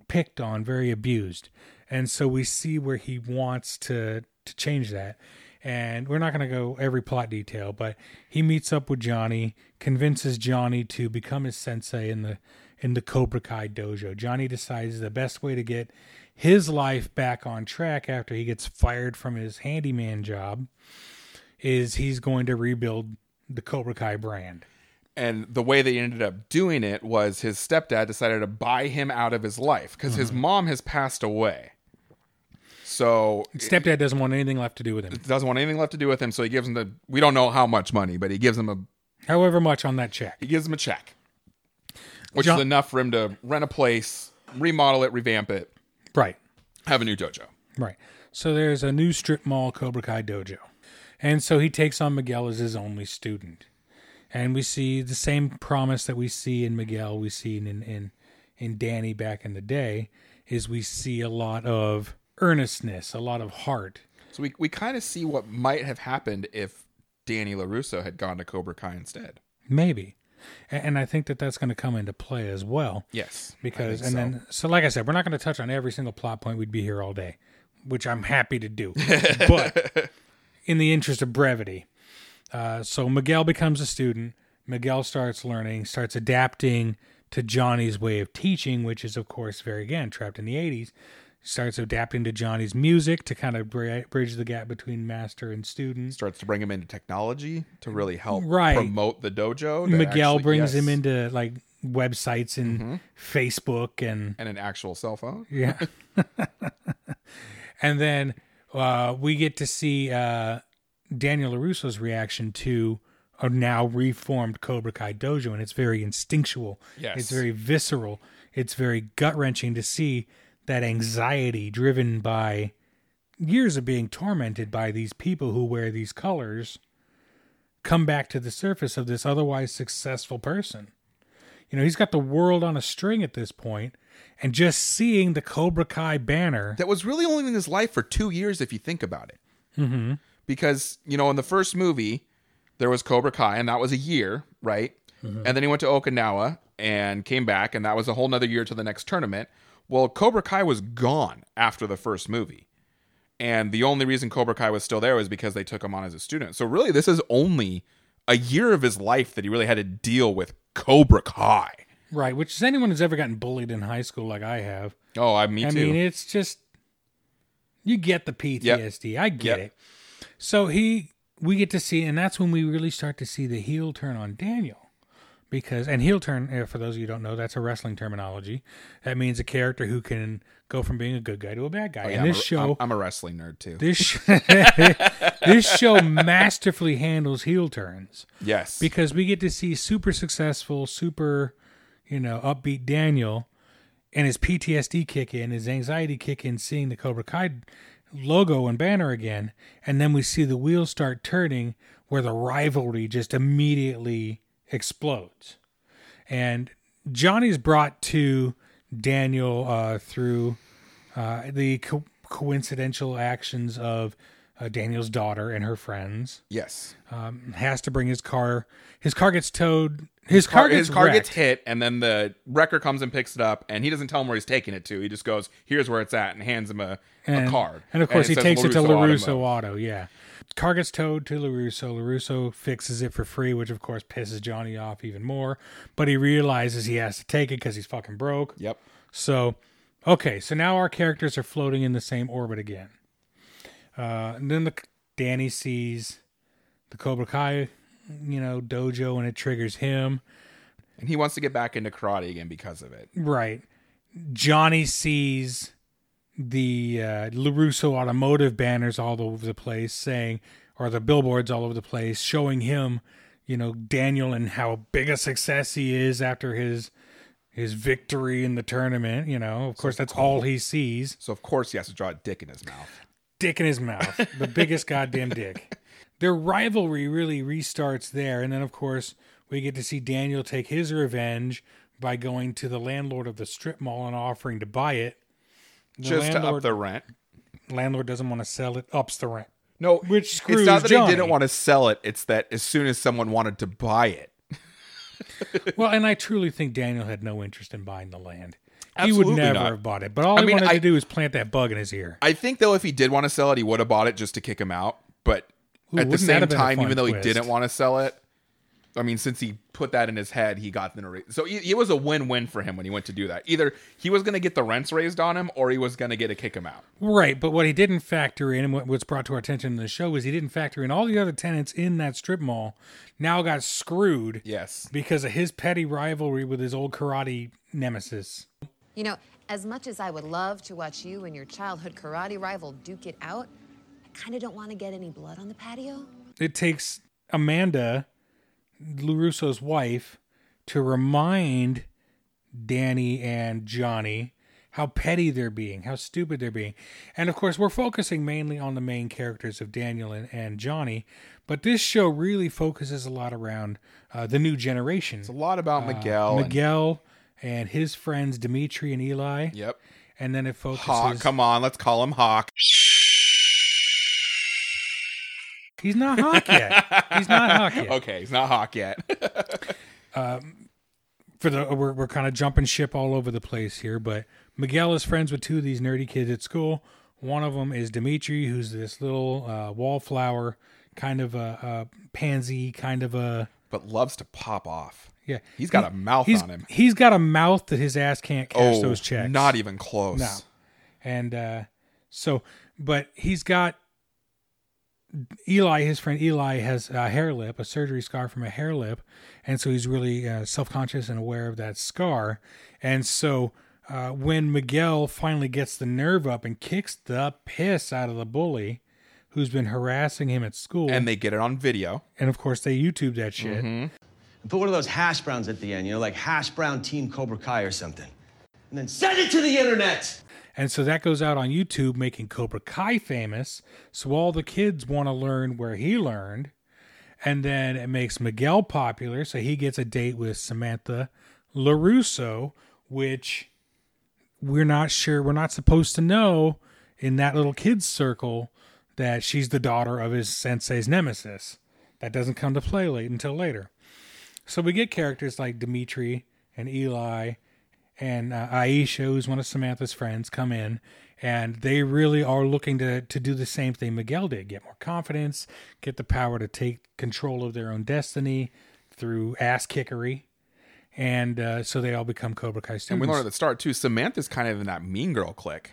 S1: picked on, very abused. And so we see where he wants to to change that. And we're not going to go every plot detail, but he meets up with Johnny, convinces Johnny to become his sensei in the in the Cobra Kai dojo. Johnny decides the best way to get his life back on track after he gets fired from his handyman job is he's going to rebuild the Cobra Kai brand.
S2: and the way they ended up doing it was his stepdad decided to buy him out of his life because his
S1: Mm-hmm.
S2: mom has passed away so
S1: Stepdad doesn't want anything left to do with him.
S2: doesn't want anything left to do with him so he gives him the we don't know how much money but he gives him a
S1: However much on that check.
S2: he gives him a check which
S1: John-
S2: is enough for him to rent a place remodel it revamp it
S1: Right.
S2: have a new dojo
S1: Right. So there's a new strip mall Cobra Kai dojo. And so he takes on Miguel as his only student. And we see the same promise that we see in Miguel, we see in in, in Danny back in the day, is we see a lot of earnestness, a lot of heart.
S2: so we, we kind of see what might have happened if danny larusso had gone to cobra kai instead
S1: Maybe. A- And I think that that's going to come into play as well.
S2: yes I
S1: because and
S2: think so.
S1: then so like I said, we're not going to touch on every single plot point. We'd be here all day, which I'm happy to do, but in the interest of brevity. Uh, so Miguel becomes a student. Miguel starts learning, starts adapting to Johnny's way of teaching, which is of course very again trapped in the '80s. starts adapting to Johnny's music to kind of bri- bridge the gap between master and student.
S2: starts to bring him into technology to really help
S1: Right.
S2: promote the dojo. to
S1: Miguel
S2: actually-
S1: brings
S2: yes. Mm-hmm.
S1: him into like websites and Facebook and
S2: and an actual cell phone.
S1: yeah. and then uh, we get to see uh, Daniel LaRusso's reaction to a now reformed Cobra Kai dojo, and it's very instinctual.
S2: Yes.
S1: It's very visceral. It's very gut wrenching to see that anxiety driven by years of being tormented by these people who wear these colors come back to the surface of this otherwise successful person. You know, he's got the world on a string at this point, and just seeing the Cobra Kai banner,
S2: That was really only in his life for two years, if you think about it. Mm-hmm. Because you know, in the first movie, there was Cobra Kai, and that was a year, right?
S1: Mm-hmm.
S2: And then he went to Okinawa and came back, and that was a whole nother year to the next tournament. Well, Cobra Kai was gone after the first movie. And the only reason Cobra Kai was still there was because they took him on as a student. So really this is only a year of his life that he really had to deal with Cobra Kai.
S1: right? Which is anyone who's ever gotten bullied in high school, like I have.
S2: Oh, I me
S1: I
S2: too.
S1: mean, it's just you get the PTSD. I get
S2: Yep.
S1: it. So he, we get to see, and that's when we really start to see the heel turn on Daniel, because and heel turn eh, for those of you who don't know, that's a wrestling terminology. That means a character who can go from being a good guy to a bad guy.
S2: Oh, Yeah,
S1: and
S2: I'm
S1: this
S2: a-
S1: show,
S2: I'm, I'm a wrestling nerd too.
S1: this sh- this show masterfully handles heel turns
S2: yes.
S1: because we get to see super successful, super, you know, upbeat Daniel and his PTSD kick in, his anxiety kick in, seeing the Cobra Kai logo and banner again, and then we see the wheels start turning where the rivalry just immediately explodes. And Johnny's brought to Daniel uh, through uh, the co- coincidental actions of uh, Daniel's daughter and her friends
S2: yes.
S1: has to bring his car. His car gets towed. His, car, gets
S2: his car
S1: wrecked.
S2: gets hit, and then the wrecker comes and picks it up, and he doesn't tell him where he's taking it to. He just goes, "Here's where it's at," and hands him a,
S1: and,
S2: a card.
S1: And of course, he
S2: says
S1: takes it to
S2: Automotive.
S1: Larusso Auto. Yeah, car gets towed to Larusso. Larusso fixes it for free, which of course pisses Johnny off even more. But he realizes he has to take it because he's fucking broke.
S2: Yep.
S1: So, okay, so now our characters are floating in the same orbit again. Uh, and then the Danny sees the Cobra Kai, you know, dojo, and it triggers him.
S2: And he wants to get back into karate again because of it.
S1: Right. Johnny sees the uh, LaRusso automotive banners all over the place saying, or the billboards all over the place showing him, you know, Daniel and how big a success he is after his his victory in the tournament. You know, of course, that's all he sees.
S2: So of course he has to draw a dick in his mouth.
S1: Dick in his mouth, the biggest goddamn dick. Their rivalry really restarts there. And then, of course, we get to see Daniel take his revenge by going to the landlord of the strip mall and offering to buy it. The
S2: just to up
S1: landlord-
S2: the rent.
S1: landlord doesn't want to sell it, ups the rent.
S2: No,
S1: Which
S2: it's
S1: screws
S2: not that
S1: Johnny.
S2: he didn't want to sell it. It's that as soon as someone wanted to buy it,
S1: Well, and I truly think Daniel had no interest in buying the land. he
S2: Absolutely
S1: would never
S2: not.
S1: have bought it. But all
S2: I
S1: he
S2: mean,
S1: wanted
S2: I-
S1: to do was plant that bug in his ear.
S2: I think though if he did want to sell it, he would have bought it just to kick him out.
S1: Ooh,
S2: But at the
S1: wouldn't that
S2: same
S1: have been a
S2: time,
S1: fun
S2: even though
S1: twist?
S2: he didn't want to sell it, I mean, since he put that in his head, he got the ra- so it it was a win-win for him when he went to do that. Either he was going to get the rents raised on him, or he was going to get to kick him out.
S1: Right, but what he didn't factor in, and what, what's brought to our attention in the show, is he didn't factor in all the other tenants in that strip mall now got screwed
S2: Yes,
S1: because of his petty rivalry with his old karate nemesis.
S10: You know, as much as I would love to watch you and your childhood karate rival duke it out, I kind of don't want to get any blood on the patio.
S1: It takes Amanda, LaRusso's wife, to remind Danny and Johnny how petty they're being, how stupid they're being. And of course, we're focusing mainly on the main characters of Daniel and, and Johnny, but this show really focuses a lot around uh, the new generation.
S2: a lot about Miguel. and-
S1: Ah, Miguel and his friends Dimitri and Eli.
S2: yep.
S1: And then it focuses.
S2: Hawk, come on, let's call him Hawk.
S1: He's not Hawk yet. He's not Hawk yet.
S2: Okay, he's not Hawk yet.
S1: For the we're we're kind of jumping ship all over the place here, but Miguel is friends with two of these nerdy kids at school. One of them is Dimitri, who's this little uh, wallflower, kind of a, a pansy, kind of a
S2: but loves to pop off.
S1: yeah.
S2: He's got a mouth
S1: he's-
S2: on him.
S1: He's got a mouth that his ass can't cash
S2: oh,
S1: those checks.
S2: not even close.
S1: No. and uh, so but he's got Eli, his friend Eli, has a hair lip, a surgery scar from a hair lip, and so he's really uh, self conscious and aware of that scar. And so uh, when Miguel finally gets the nerve up and kicks the piss out of the bully who's been harassing him at school,
S2: and they get it on video,
S1: and of course they YouTube that shit.
S11: And put one of those hash browns at the end, you know, like hash brown team Cobra Kai or something. And then send it to the internet.
S1: And so that goes out on YouTube, making Cobra Kai famous. So all the kids want to learn where he learned. And then it makes Miguel popular. So he gets a date with Samantha LaRusso, which we're not sure, we're not supposed to know in that little kid's circle that she's the daughter of his sensei's nemesis. That doesn't come to play late until later. So we get characters like Dimitri and Eli and uh, Aisha, who's one of Samantha's friends, come in, and they really are looking to to do the same thing Miguel did: get more confidence, get the power to take control of their own destiny through ass kickery, and uh, so they all become Cobra Kai students.
S2: and we learn at the start too. Samantha's kind of in that mean girl clique.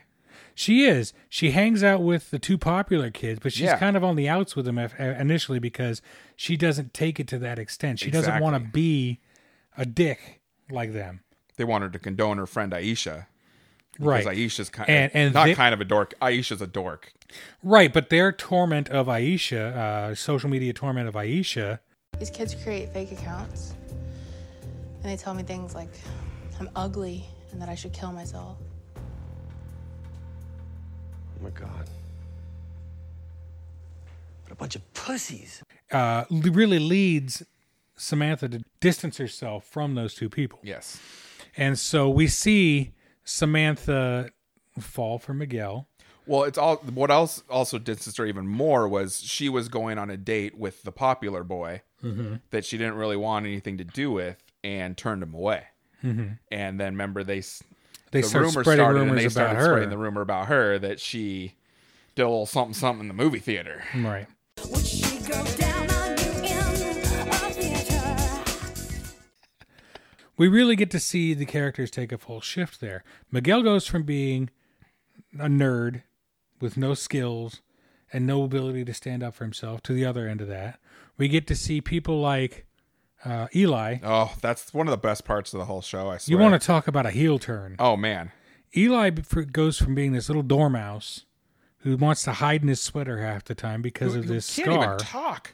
S1: She is. She hangs out with the two popular kids, but she's
S2: Yeah.
S1: kind of on the outs with them if- initially because she doesn't take it to that extent. She doesn't
S2: Exactly.
S1: want to be a dick like them.
S2: They want her to condone her friend Aisha.
S1: Right.
S2: Because Aisha's kind
S1: And- and
S2: not
S1: they-
S2: kind of a dork. Aisha's a dork.
S1: Right, but their torment of Aisha, uh, social media torment of Aisha,
S12: These kids create fake accounts. And they tell me things like I'm ugly and that I should kill myself.
S11: Oh my God. What a bunch of pussies.
S1: uh, l- really leads Samantha to distance herself from those two people.
S2: Yes.
S1: And so we see Samantha fall for Miguel.
S2: Well, it's all what else also distanced her even more was she was going on a date with the popular boy
S1: Mhm.
S2: that she didn't really want anything to do with and turned him away.
S1: Mhm.
S2: And then remember they s-
S1: They started spreading rumors
S2: and they
S1: about
S2: started
S1: her.
S2: spreading the rumor about her that she did a little something something in the movie theater.
S1: Right. we really get to see the characters take a full shift there. Miguel goes from being a nerd with no skills and no ability to stand up for himself to the other end of that. We get to see people like uh, Eli.
S2: Oh, that's one of the best parts of the whole show. I swear.
S1: You want to talk about a heel turn.
S2: Oh man,
S1: Eli b- for- goes from being this little dormouse who wants to hide in his sweater half the time because
S2: Who-
S1: of
S2: who
S1: this
S2: can't
S1: scar.
S2: even talk.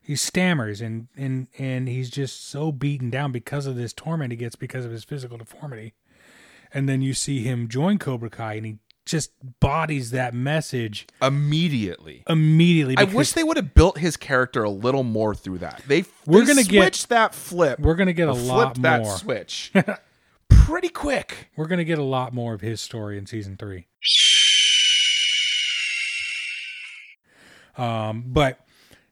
S1: he stammers and and and he's just so beaten down because of this torment he gets because of his physical deformity and then you see him join cobra kai and he just bodies that message
S2: immediately
S1: immediately
S2: I
S1: because
S2: wish they would have built his character a little more through that. They
S1: We're
S2: they
S1: gonna get-
S2: switched that flip.
S1: we're gonna get a
S2: or
S1: lot
S2: flipped that
S1: more.
S2: switch pretty quick
S1: we're gonna get a lot more of his story in season three um but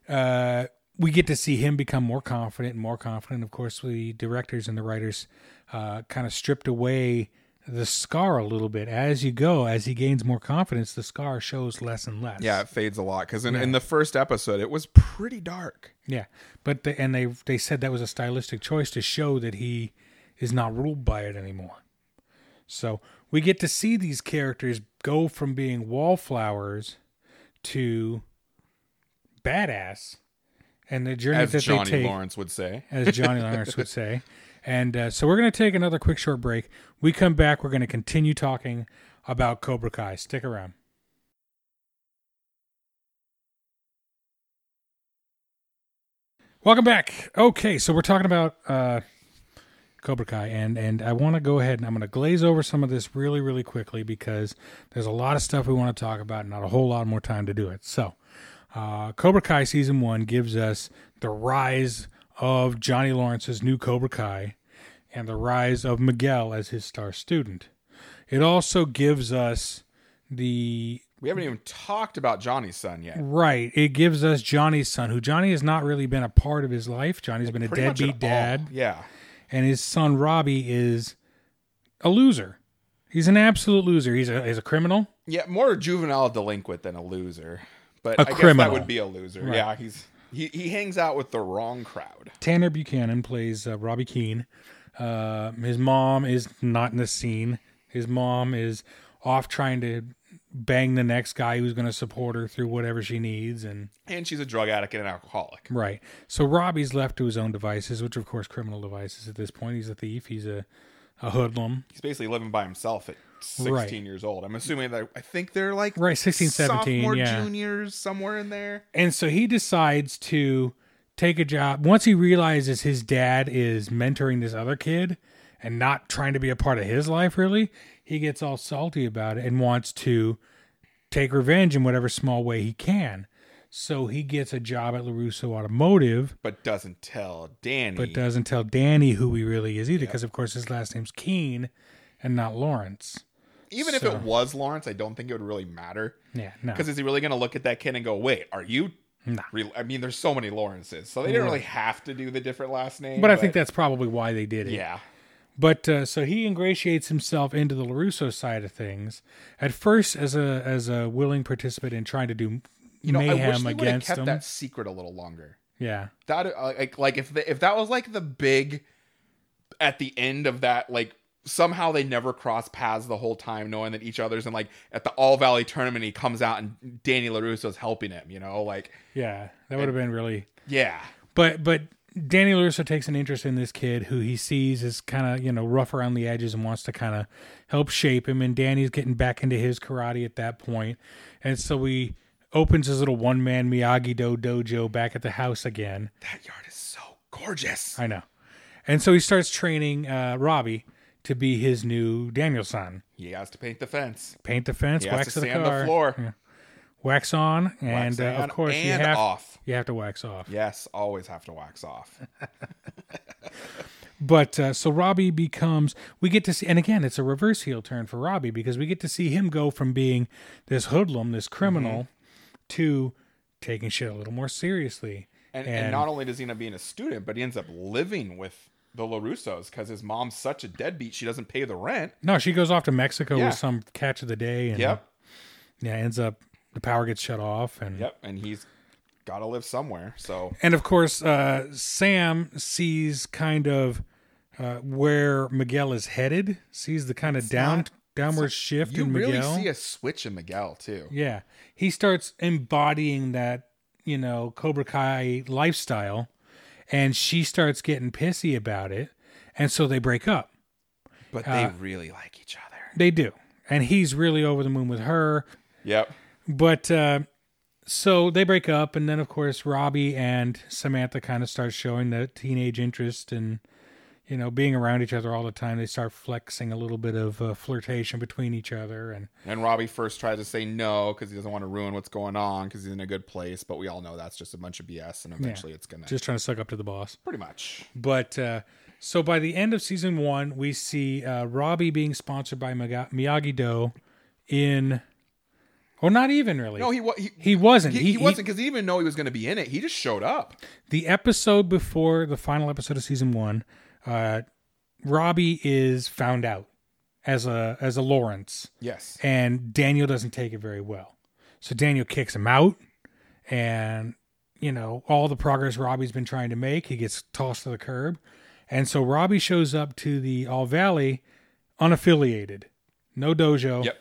S1: uh we get to see him become more confident and more confident of course the directors and the writers uh kind of stripped away the scar a little bit as you go as he gains more confidence the scar shows less and less
S2: yeah, it fades a lot because in,
S1: Yeah.
S2: in the first episode it was pretty dark.
S1: Yeah, but the, and they they said that was a stylistic choice to show that he is not ruled by it anymore. So we get to see these characters go from being wallflowers to badass, and the journey
S2: As
S1: that
S2: Johnny
S1: they take,
S2: Lawrence would say.
S1: as Johnny Lawrence would say. And uh, so we're going to take another quick short break. We come back, we're going to continue talking about Cobra Kai. Stick around. Welcome back. Okay, so we're talking about uh, Cobra Kai, and and I want to go ahead and I'm going to glaze over some of this really really quickly because there's a lot of stuff we want to talk about, and not a whole lot more time to do it. So, uh, Cobra Kai season one gives us the rise of Johnny Lawrence's new Cobra Kai, and the rise of Miguel as his star student. It also gives us the
S2: We haven't even talked about Johnny's son yet.
S1: Right. It gives us Johnny's son, who Johnny has not really been a part of his life. Johnny's been a
S2: Pretty much
S1: deadbeat
S2: at
S1: dad,
S2: all. Yeah.
S1: and his son Robbie is a loser. He's an absolute loser. He's a he's a criminal.
S2: Yeah, more a juvenile delinquent than a loser. But
S1: A
S2: I guess
S1: criminal.
S2: that would be a loser.
S1: Right.
S2: Yeah, he's he, he hangs out with the wrong crowd.
S1: Tanner Buchanan plays uh, Robbie Keane. Uh, his mom is not in the scene. His mom is off trying to bang the next guy who's going to support her through whatever she needs and
S2: And she's a drug addict and an alcoholic.
S1: Right. So Robbie's left to his own devices, which of course criminal devices at this point. He's a thief. He's a, a hoodlum.
S2: He's basically living by himself at 16
S1: Right.
S2: years old. I'm assuming that I think they're like
S1: Right, 16, 17,
S2: sophomore,
S1: yeah.
S2: juniors somewhere in there.
S1: And so he decides to take a job once he realizes his dad is mentoring this other kid and not trying to be a part of his life really. He gets all salty about it and wants to take revenge in whatever small way he can. So he gets a job at LaRusso Automotive
S2: But doesn't tell Danny.
S1: but doesn't tell Danny who he really is either, because of course his last name's Keen and not Lawrence.
S2: Even if
S1: So-
S2: it was Lawrence, I don't think it would really matter.
S1: Yeah, no.
S2: Because is he really going to look at that kid and go, wait, are you?
S1: Nah.
S2: Re- I mean, there's so many Lawrences. So they didn't really have to do the different last name.
S1: but I think that's probably why they did it.
S2: Yeah.
S1: But uh, so he ingratiates himself into the Larusso side of things at first as a as a willing participant in trying to do
S2: You know, I wish
S1: mayhem
S2: they would have
S1: against
S2: kept
S1: him.
S2: that secret a little longer.
S1: Yeah,
S2: That uh, like like if the, if that was like the big at the end of that like somehow they never cross paths the whole time knowing that each other's and like at the All Valley tournament he comes out and Danny LaRusso's helping him, you know, like
S1: yeah, that would have been really.
S2: yeah.
S1: But but Danny Larusso takes an interest in this kid who he sees is kind of you know rough around the edges and wants to kind of help shape him. And Danny's getting back into his karate at that point, and so he opens his little one man Miyagi Do dojo back at the house again.
S2: That yard is so gorgeous.
S1: I know, and so he starts training uh, Robbie to be his new Daniel son.
S2: He has to paint the fence.
S1: Paint the fence,
S2: He has
S1: wax
S2: to
S1: the
S2: sand
S1: car,
S2: the floor.
S1: Yeah. wax on, and
S2: Wax
S1: uh, of
S2: on
S1: course you
S2: and
S1: have
S2: off.
S1: you have to wax off.
S2: Yes, always have to wax off.
S1: But uh, so Robbie becomes, we get to see, and again, it's a reverse heel turn for Robbie because we get to see him go from being this hoodlum, this criminal,
S2: Mm-hmm.
S1: to taking shit a little more seriously.
S2: And, and, not only does he end up being a student, but he ends up living with the LaRussos because his mom's such a deadbeat, she doesn't pay the rent.
S1: no, she goes off to Mexico
S2: Yeah.
S1: with some catch of the day, and
S2: Yep.
S1: yeah, ends up the power gets shut off, and
S2: Yep. And he's got to live somewhere. So
S1: And of course, uh, Sam sees kind of uh, where Miguel is headed. Sees the kind of down
S2: not-
S1: downward shift
S2: you
S1: in
S2: really
S1: Miguel.
S2: see a switch in Miguel, too.
S1: yeah, he starts embodying that you know Cobra Kai lifestyle, and she starts getting pissy about it, and so they break up.
S2: But they
S1: Uh,
S2: really like each other.
S1: They do, and he's really over the moon with her.
S2: Yep.
S1: But uh, so they break up, and then of course Robbie and Samantha kind of start showing the teenage interest and you know being around each other all the time. They start flexing a little bit of uh, flirtation between each other, and
S2: And Robbie first tries to say no because he doesn't want to ruin what's going on because he's in a good place. But we all know that's just a bunch of BS. And
S1: yeah,
S2: eventually it's going to
S1: just trying to suck up to the boss.
S2: pretty much.
S1: But uh, so by the end of season one, we see uh, Robbie being sponsored by Miga- Miyagi Do in, or not even really.
S2: No, he, wa- he,
S1: He wasn't.
S2: He,
S1: He-
S2: he wasn't because he didn't even know he was going to be in it. He just showed up.
S1: the episode before the final episode of season one, uh, Robbie is found out as a as a Lawrence,
S2: Yes.
S1: and Daniel doesn't take it very well. So Daniel kicks him out, and you know all the progress Robbie's been trying to make, he gets tossed to the curb, and so Robbie shows up to the All Valley unaffiliated, no dojo.
S2: Yep.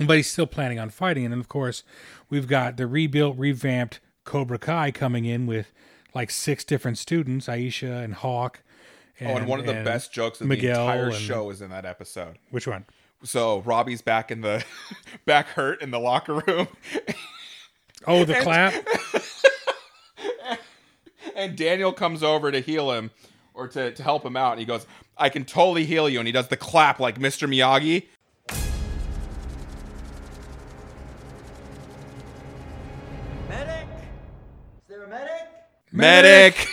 S2: Oh,
S1: But he's still planning on fighting. And of course, we've got the rebuilt, revamped Cobra Kai coming in with like six different students Aisha and Hawk.
S2: oh, and one of the
S1: and
S2: best jokes of
S1: Miguel
S2: the entire
S1: and-
S2: show is in that episode.
S1: Which one?
S2: So Robbie's back in the back hurt in the locker room,
S1: Oh, the
S2: And-
S1: clap.
S2: and Daniel comes over to heal him or to, to help him out. And he goes, I can totally heal you. And he does the clap like Mr. Miyagi.
S5: Medic? Is there a medic?
S2: Medic!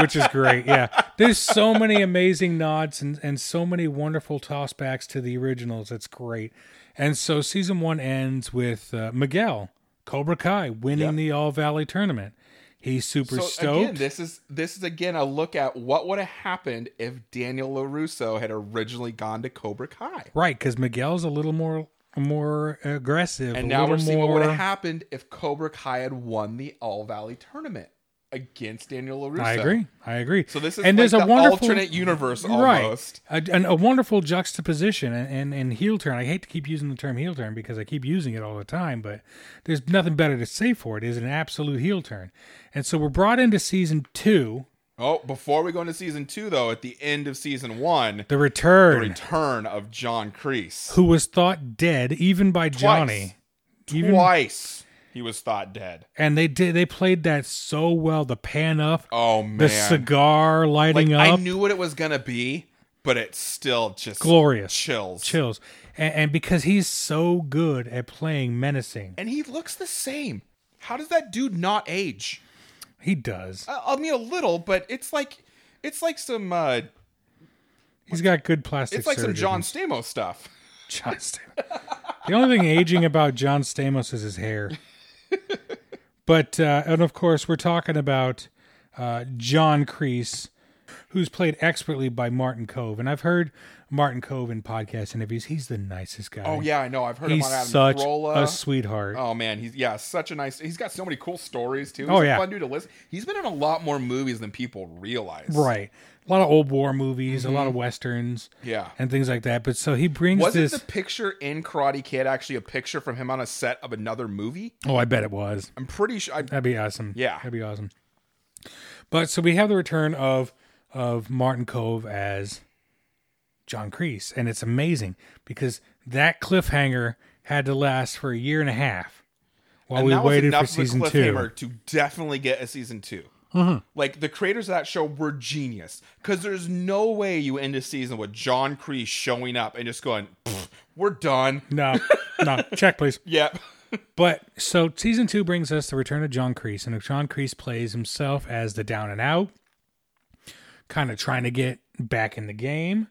S1: which is great. Yeah, there's so many amazing nods and and so many wonderful tossbacks to the originals. It's great. And so season one ends with uh, Miguel Cobra Kai winning the All Valley tournament. He's super stoked.
S2: again, this is this is again a look at what would have happened if Daniel LaRusso had originally gone to Cobra Kai.
S1: right, because Miguel's a little more more aggressive.
S2: And
S1: a
S2: now
S1: little
S2: we're seeing
S1: more,
S2: what would have happened if Cobra Kai had won the All Valley tournament. against Daniel LaRusso.
S1: I agree. I agree.
S2: So this is
S1: and
S2: like
S1: there's a
S2: the
S1: wonderful
S2: alternate universe
S1: right?
S2: almost.
S1: A, an- a wonderful juxtaposition and, and and heel turn. I hate to keep using the term heel turn because I keep using it all the time, but there's nothing better to say for it. Is an absolute heel turn, and so we're brought into season two,
S2: Oh, before we go into season two, though, at the end of season one,
S1: the return,
S2: the return of John Kreese.
S1: who was thought dead even by Johnny, Even-
S2: Twice he was thought dead.
S1: and they did they played that so well. The pan up,
S2: Oh man,
S1: the cigar lighting
S2: Like,
S1: up.
S2: I knew what it was gonna be, but it's still just
S1: glorious
S2: chills.
S1: chills and, and because he's so good at playing menacing
S2: And he looks the same. How does that dude not age?
S1: he does
S2: I, I mean, a little, but it's like it's like some uh,
S1: he's got good plastic
S2: it's like some
S1: surgery.
S2: John Stamos stuff.
S1: John Stamos. the only thing aging about john stamos is his hair but uh, and of course we're talking about uh, john creese who's played expertly by martin cove and i've heard martin cove in podcast interviews he's the nicest guy
S2: Oh yeah, I know. I've heard
S1: he's
S2: him on Adam
S1: such
S2: Carolla.
S1: a sweetheart
S2: Oh man, he's yeah, such a nice. He's got so many cool stories too. He's
S1: Oh,
S2: a
S1: yeah.
S2: fun dude to listen. He's been in a lot more movies than people realize.
S1: right a lot of old war movies a lot
S2: Mhm.
S1: of westerns
S2: Yeah.
S1: and things like that but so he brings
S2: Wasn't
S1: this
S2: the picture in Karate Kid actually a picture from him on a set of another movie?
S1: Oh, I bet it was.
S2: I'm pretty sure. I,
S1: That'd be awesome.
S2: Yeah.
S1: that'd be awesome. But so we have the return of of Martin Cove as John Creese, and it's amazing because that cliffhanger had to last for a year and a half while
S2: and
S1: we
S2: that was
S1: waited
S2: enough
S1: for season
S2: of a
S1: two.
S2: cliffhanger to definitely get a season 2
S1: Mhm.
S2: Like the creators of that show were genius because there's no way you end a season with John Kreese showing up and just going, "Pfft, "We're done."
S1: No, no, check please.
S2: Yep.
S1: But so season two brings us the return of John Kreese, and John Kreese plays himself as the down and out, kind of trying to get back in the game.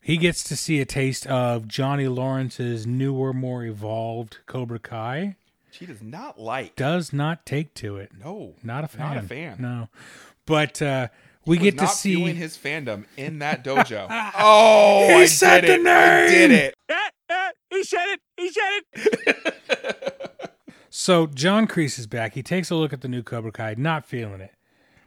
S1: He gets to see a taste of Johnny Lawrence's newer, more evolved Cobra Kai.
S2: She does not like.
S1: Does not take to it.
S2: No,
S1: not a fan.
S2: not a fan.
S1: No, but uh, we
S2: He was
S1: get to
S2: not
S1: see
S2: fueling his fandom in that dojo. oh,
S1: He
S2: I
S1: said
S2: did
S1: the
S2: it. I did
S1: name!
S2: it.
S5: He said it. He said it.
S1: So John Kreese is back. He takes a look at the new Cobra Kai, not feeling it.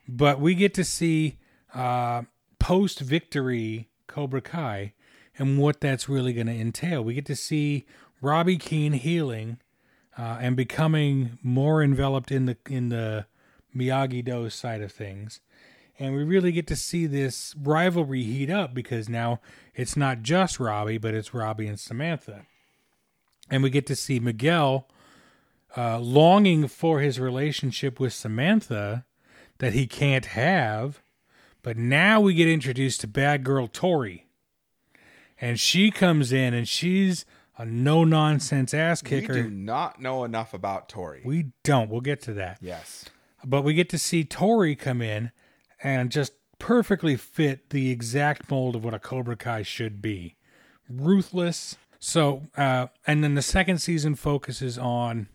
S1: But we get to see uh, post victory Cobra Kai and what that's really going to entail. We get to see Robbie Keane healing uh, and becoming more enveloped in the in the Miyagi Do side of things. And we really get to see this rivalry heat up because now it's not just Robbie, but it's Robbie and Samantha. And we get to see Miguel uh, longing for his relationship with Samantha that he can't have. But now we get introduced to bad girl Tori. And she comes in and she's a no nonsense ass kicker.
S2: We do not know enough about Tori.
S1: We don't. We'll get to that.
S2: Yes.
S1: But we get to see Tori come in and just perfectly fit the exact mold of what a Cobra Kai should be ruthless. So, uh, and then the second season focuses on,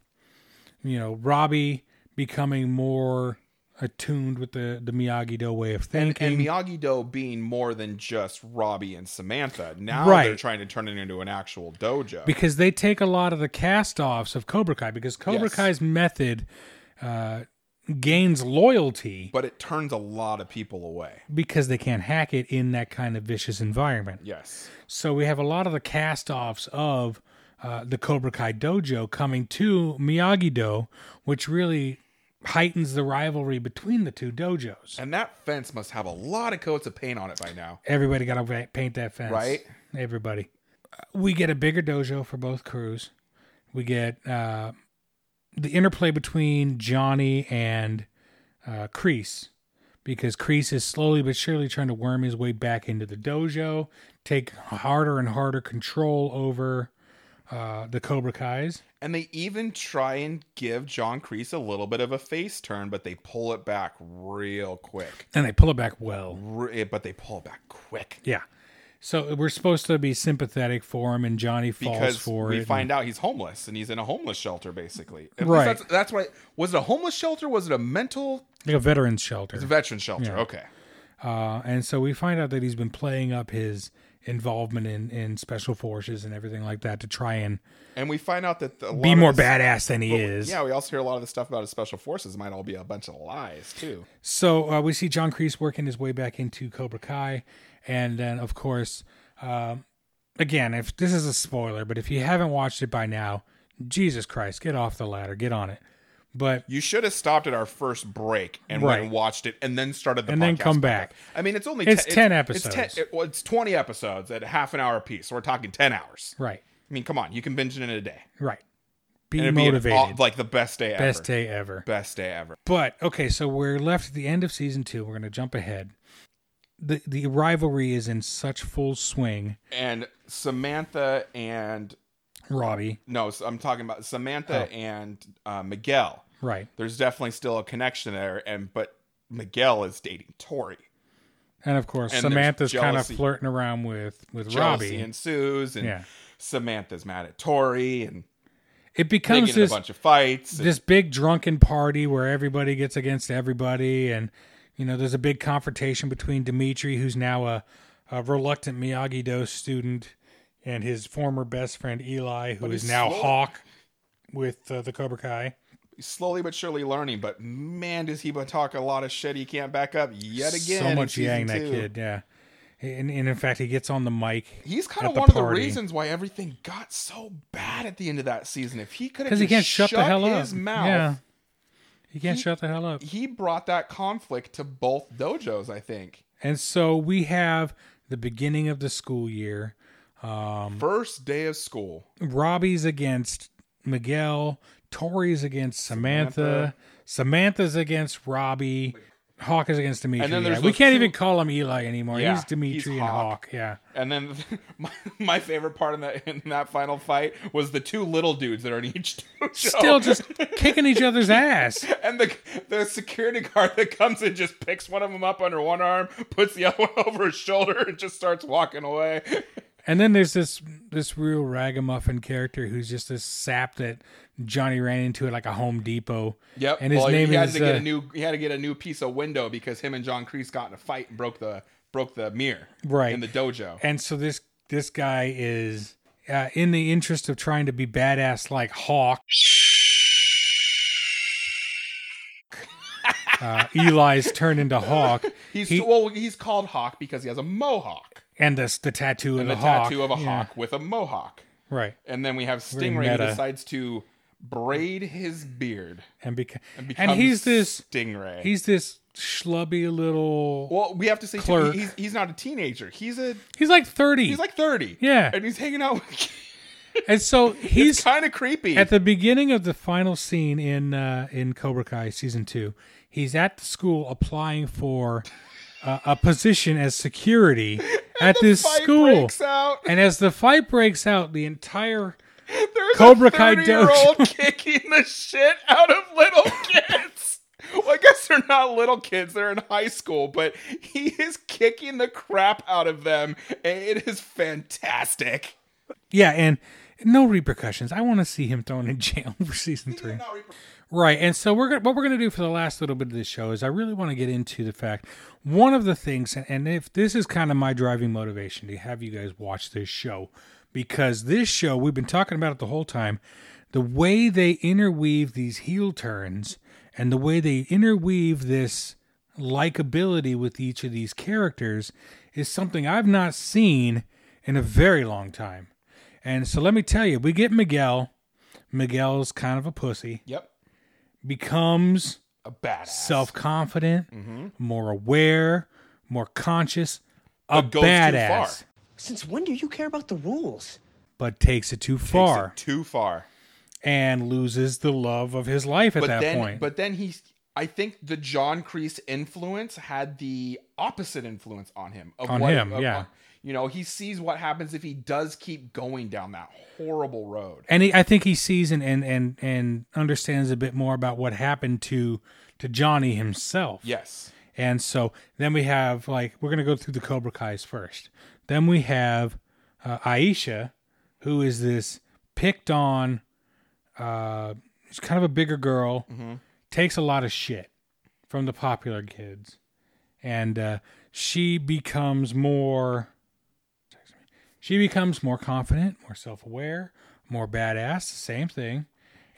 S1: you know, Robbie becoming more attuned with the, the Miyagi Do way of
S2: And,
S1: thinking.
S2: and Miyagi Do being more than just Robbie and Samantha. Now they're
S1: Right.
S2: trying to turn it into an actual dojo.
S1: because they take a lot of the cast-offs of Cobra Kai because Cobra
S2: Yes.
S1: Kai's method uh, gains loyalty
S2: but it turns a lot of people away.
S1: because they can't hack it in that kind of vicious environment.
S2: Yes.
S1: So we have a lot of the cast offs of uh, the Cobra Kai dojo coming to Miyagi Do, which really heightens the rivalry between the two dojos.
S2: And that fence must have a lot of coats of paint on it by now.
S1: Everybody got to paint that fence.
S2: Right.
S1: Everybody. Uh, We get a bigger dojo for both crews. We get uh, the interplay between Johnny and uh, Crease because Crease is slowly but surely trying to worm his way back into the dojo, take harder and harder control over uh, the Cobra Kai's.
S2: And they even try and give John Kreese a little bit of a face turn, but they pull it back real quick.
S1: And they pull it back well.
S2: Re- eh, but they pull it back quick.
S1: Yeah. So we're supposed to be sympathetic for him, and Johnny falls
S2: because
S1: for
S2: we
S1: it.
S2: find out he's homeless and he's in a homeless shelter basically. At least
S1: Right.
S2: That's, that's why. Was it a homeless shelter? Was it a mental?
S1: like a veterans shelter.
S2: It's a veteran shelter.
S1: Yeah.
S2: Okay.
S1: Uh, and so we find out that he's been playing up his involvement in in special forces and everything like that to try and
S2: And we find out that the, a
S1: Be
S2: lot of
S1: more
S2: this-
S1: badass than he is.
S2: Yeah, we also hear a lot of the stuff about his special forces might all be a bunch of lies too.
S1: So uh, we see John Kreese working his way back into Cobra Kai, and then of course, um, again, if this is a spoiler, but if you haven't watched it by now, Jesus Christ, get off the ladder, get on it. But
S2: You should have stopped at our first break and went
S1: Right.
S2: and watched it, and then started the
S1: And then
S2: podcast
S1: come back.
S2: I mean, it's only
S1: It's 10
S2: It's,
S1: episodes.
S2: ten, it- well, it's twenty episodes at half an hour apiece. So we're talking ten hours.
S1: Right.
S2: I mean, come on, you can binge it in a day.
S1: right, be
S2: And it'd an
S1: motivated.
S2: aw- like the best day ever.
S1: Best day ever.
S2: Best day ever.
S1: But okay, so we're left at the end of season two. We're going to jump ahead. the The rivalry is in such full swing.
S2: And Samantha and
S1: Robbie,
S2: no, s- I'm talking about
S1: Oh.
S2: Samantha and uh, Miguel.
S1: Right.
S2: There's definitely still a connection there, and but Miguel is dating Tori.
S1: and of course
S2: And there's
S1: Samantha's kind of
S2: jealousy.
S1: flirting around with with
S2: Jealousy
S1: Robbie.
S2: ensues, and
S1: Yeah.
S2: Samantha's mad at Tori, and
S1: it
S2: they get
S1: becomes
S2: in
S1: this
S2: a bunch of fights. and-
S1: this big drunken party where everybody gets against everybody, and you know there's a big confrontation between Dimitri, who's now a, a reluctant Miyagi Do student, and his former best friend Eli, who
S2: But
S1: is
S2: he's
S1: now
S2: slow.
S1: Hawk with uh, the Cobra Kai.
S2: slowly but surely learning. But man, does he but talk a lot of shit he can't back up yet again.
S1: so
S2: in
S1: much
S2: season
S1: yang that
S2: two.
S1: kid, yeah. And, and in fact, he gets on the mic.
S2: He's kind
S1: at
S2: of one of the
S1: party.
S2: reasons why everything got so bad at the end of that season. If he could have
S1: 'Cause he
S2: just
S1: can't shut the hell up.
S2: his mouth,
S1: Yeah. He can't
S2: He-
S1: shut the hell up.
S2: he brought that conflict to both dojos. I think
S1: And so we have the beginning of the school year. Um,
S2: first day of school.
S1: Robbie's against Miguel. Tori's against Samantha.
S2: Samantha.
S1: Samantha's against Robbie. Hawk is against Dimitri.
S2: And then
S1: Yeah,
S2: there's
S1: We
S2: those
S1: can't
S2: two-
S1: even call him Eli anymore.
S2: Yeah,
S1: he's Dimitri
S2: he's
S1: and
S2: Hawk.
S1: Hawk. Yeah.
S2: And then my, my favorite part in that in that final fight was the two little dudes that are in each dojo.
S1: Still just kicking each other's ass.
S2: And the the security guard that comes and just picks one of them up under one arm, puts the other one over his shoulder, and just starts walking away.
S1: And then there's this this real ragamuffin character who's just this sap that Johnny ran into at like a Home Depot.
S2: Yep.
S1: And his
S2: well,
S1: name
S2: he had
S1: is
S2: to get
S1: uh,
S2: a new he had to get a new piece of window because him and John Kreese got in a fight and broke the broke the mirror
S1: right
S2: in the dojo.
S1: And so this this guy is uh, in the interest of trying to be badass like Hawk. uh, Eli's turned into Hawk,
S2: He's
S1: he-
S2: well, he's called Hawk because he has a mohawk
S1: and this the tattoo of
S2: and
S1: the,
S2: the
S1: hawk.
S2: tattoo of a
S1: Yeah,
S2: hawk with a mohawk.
S1: right?
S2: And then we have
S1: Very
S2: Stingray who
S1: meta.
S2: decides to braid his beard.
S1: And, beca- and
S2: And becomes
S1: he's this
S2: Stingray.
S1: He's this schlubby little.
S2: Well, we have to say too,
S1: Clerk.
S2: he- he's he's not a teenager. He's a
S1: he's like thirty.
S2: he's like thirty.
S1: Yeah.
S2: and he's hanging out. with
S1: and so he's
S2: kind of creepy.
S1: At the beginning of the final scene in uh, in Cobra Kai season two, he's at the school applying for uh, a position as security at this
S2: fight
S1: school.
S2: breaks out.
S1: And as the fight breaks out, the entire
S2: There's
S1: Cobra Kai
S2: Cobra Kai old kicking the shit out of little kids. Well, I guess they're not little kids; they're in high school. But he is kicking the crap out of them, and it is fantastic.
S1: yeah, and no repercussions. I want to see him thrown in jail for season three. Right, and so we're gonna, what we're going to do for the last little bit of this show is I really want to get into the fact one of the things, and- and if this is kind of my driving motivation to have you guys watch this show, because this show we've been talking about it the whole time, the way they interweave these heel turns and the way they interweave this likability with each of these characters is something I've not seen in a very long time. And so let me tell you, we get Miguel. Miguel's kind of a pussy
S2: Yep,
S1: becomes
S2: a badass,
S1: self confident,
S2: Mhm.
S1: more aware, more conscious, a
S2: But goes too far.
S1: badass,
S13: Since when do you care about the rules?
S1: but takes it too far
S2: too far,
S1: and loses the love of his life at
S2: but
S1: that
S2: then,
S1: point.
S2: but then he, I think the John Kreese influence had the opposite influence on him. Of
S1: On
S2: what-
S1: him,
S2: of-
S1: yeah.
S2: you know, he sees what happens if he does keep going down that horrible road.
S1: and he, I think he sees and, and and and understands a bit more about what happened to to Johnny himself.
S2: Yes.
S1: And so then we have like we're gonna go through the Cobra Kai's first. Then we have uh, Aisha, who is this picked on, uh, she's kind of a bigger girl,
S2: Mhm.
S1: takes a lot of shit from the popular kids, and uh, she becomes more. text me. She becomes more confident, more self aware, more badass, same thing.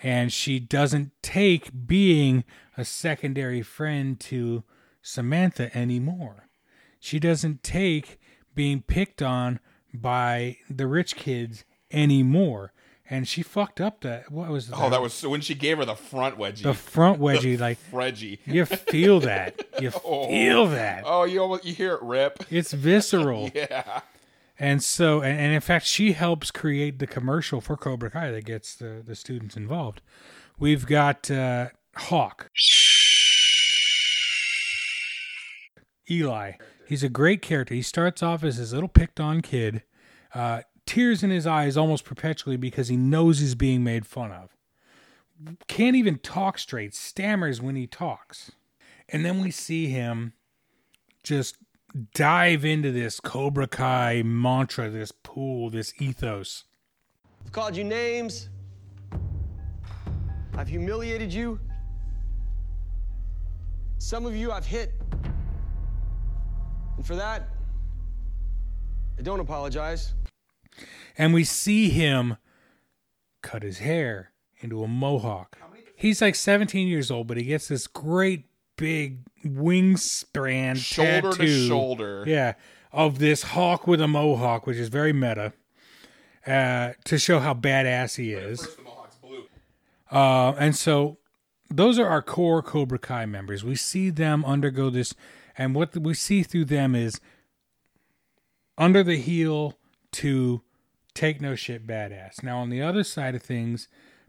S1: And she doesn't take being a secondary friend to Samantha anymore. She doesn't take being picked on by the rich kids anymore. And she fucked up that. What was
S2: Oh, that was so when she gave her the front wedgie.
S1: the front wedgie?
S2: The
S1: like
S2: fredgie.
S1: You feel that. You
S2: Oh.
S1: feel that.
S2: Oh, you almost you hear it rip.
S1: It's visceral.
S2: Yeah.
S1: And so, and, and in fact, she helps create the commercial for Cobra Kai that gets the, the students involved. We've got uh, Hawk, Eli. He's a great character. He starts off as his little picked on kid, uh, tears in his eyes almost perpetually because he knows he's being made fun of. Can't even talk straight, stammers when he talks. And then we see him just dive into this Cobra Kai mantra, this pool, this ethos.
S11: I've called you names. I've humiliated you. Some of you I've hit. And for that, I don't apologize.
S1: And we see him cut his hair into a mohawk. He's like 17 years old, but he gets this great big wingspan
S2: Shoulder to
S1: tattoo.
S2: shoulder.
S1: Yeah, of this hawk with a mohawk, which is very meta, uh, to show how badass he is. Uh, and so those are our core Cobra Kai members. We see them undergo this, and what we see through them is under the heel to take no shit badass. Now, on the other side of things,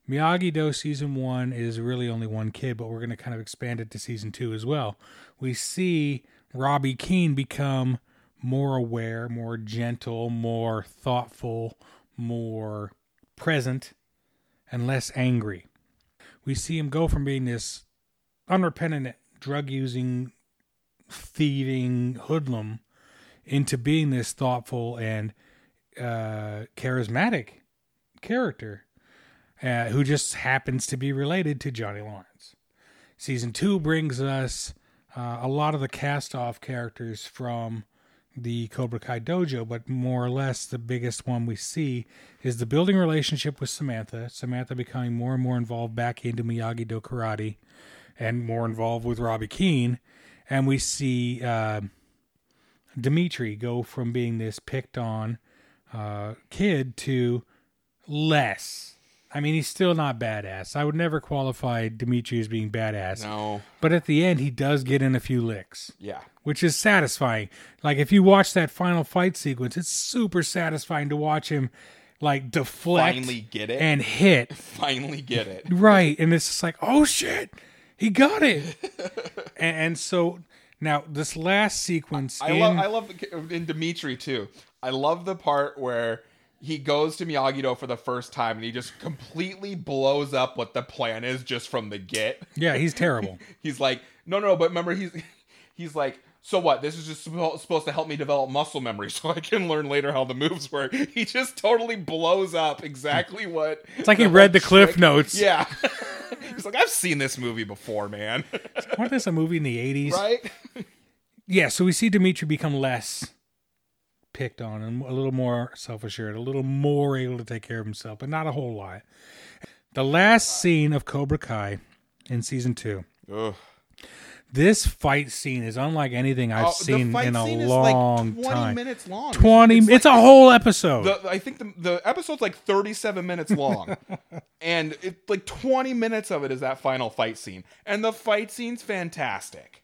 S1: Miyagi Do season one is really only one kid, but we're going to kind of expand it to season two as well. We see Robbie Keane become more aware, more gentle, more thoughtful, more present, and less angry. We see him go from being this unrepentant drug using, thieving hoodlum into being this thoughtful and uh, charismatic character uh, who just happens to be related to Johnny Lawrence. Season two brings us uh, a lot of the cast off characters from the Cobra Kai dojo, but more or less the biggest one we see is the building relationship with Samantha. Samantha becoming more and more involved back into Miyagi Do karate and more involved with Robbie Keane. And we see. Uh, Dimitri go from being this picked on uh, kid to less. I mean, he's still not badass. I would never qualify Dimitri as being badass.
S2: No.
S1: But at the end, he does get in a few licks.
S2: Yeah.
S1: Which is satisfying. Like, if you watch that final fight sequence, it's super satisfying to watch him, like, deflect
S2: Finally get it.
S1: and hit.
S2: Finally get it.
S1: Right. And it's just like, oh shit, he got it. and, and so now this last sequence.
S2: I
S1: in-
S2: love I love the, uh, in Dimitri too. I love the part where he goes to Miyagi Do for the first time and he just completely blows up what the plan is just from the get.
S1: Yeah, he's terrible.
S2: he's like, no, no, but remember he's he's like. So what? This is just suppo- supposed to help me develop muscle memory, so I can learn later how the moves work. He just totally blows up exactly what.
S1: It's like he
S2: the
S1: read the
S2: whole
S1: Cliff Notes.
S2: Yeah, he's like, I've seen this movie before, man.
S1: Wasn't this a movie in the 80s?
S2: right?
S1: Yeah, so we see Dimitri become less picked on and a little more self assured, a little more able to take care of himself, but not a whole lot. The last scene of Cobra Kai in season two.
S2: Ugh.
S1: This fight scene is unlike anything I've
S2: Oh, the
S1: seen
S2: fight
S1: in a
S2: scene is, like,
S1: long
S2: 20
S1: time.
S2: minutes long.
S1: Twenty. It's,
S2: It's like-
S1: a whole episode.
S2: The, I think the, the episode's like 37 minutes long, and it like 20 minutes of it is that final fight scene, and the fight scene's fantastic.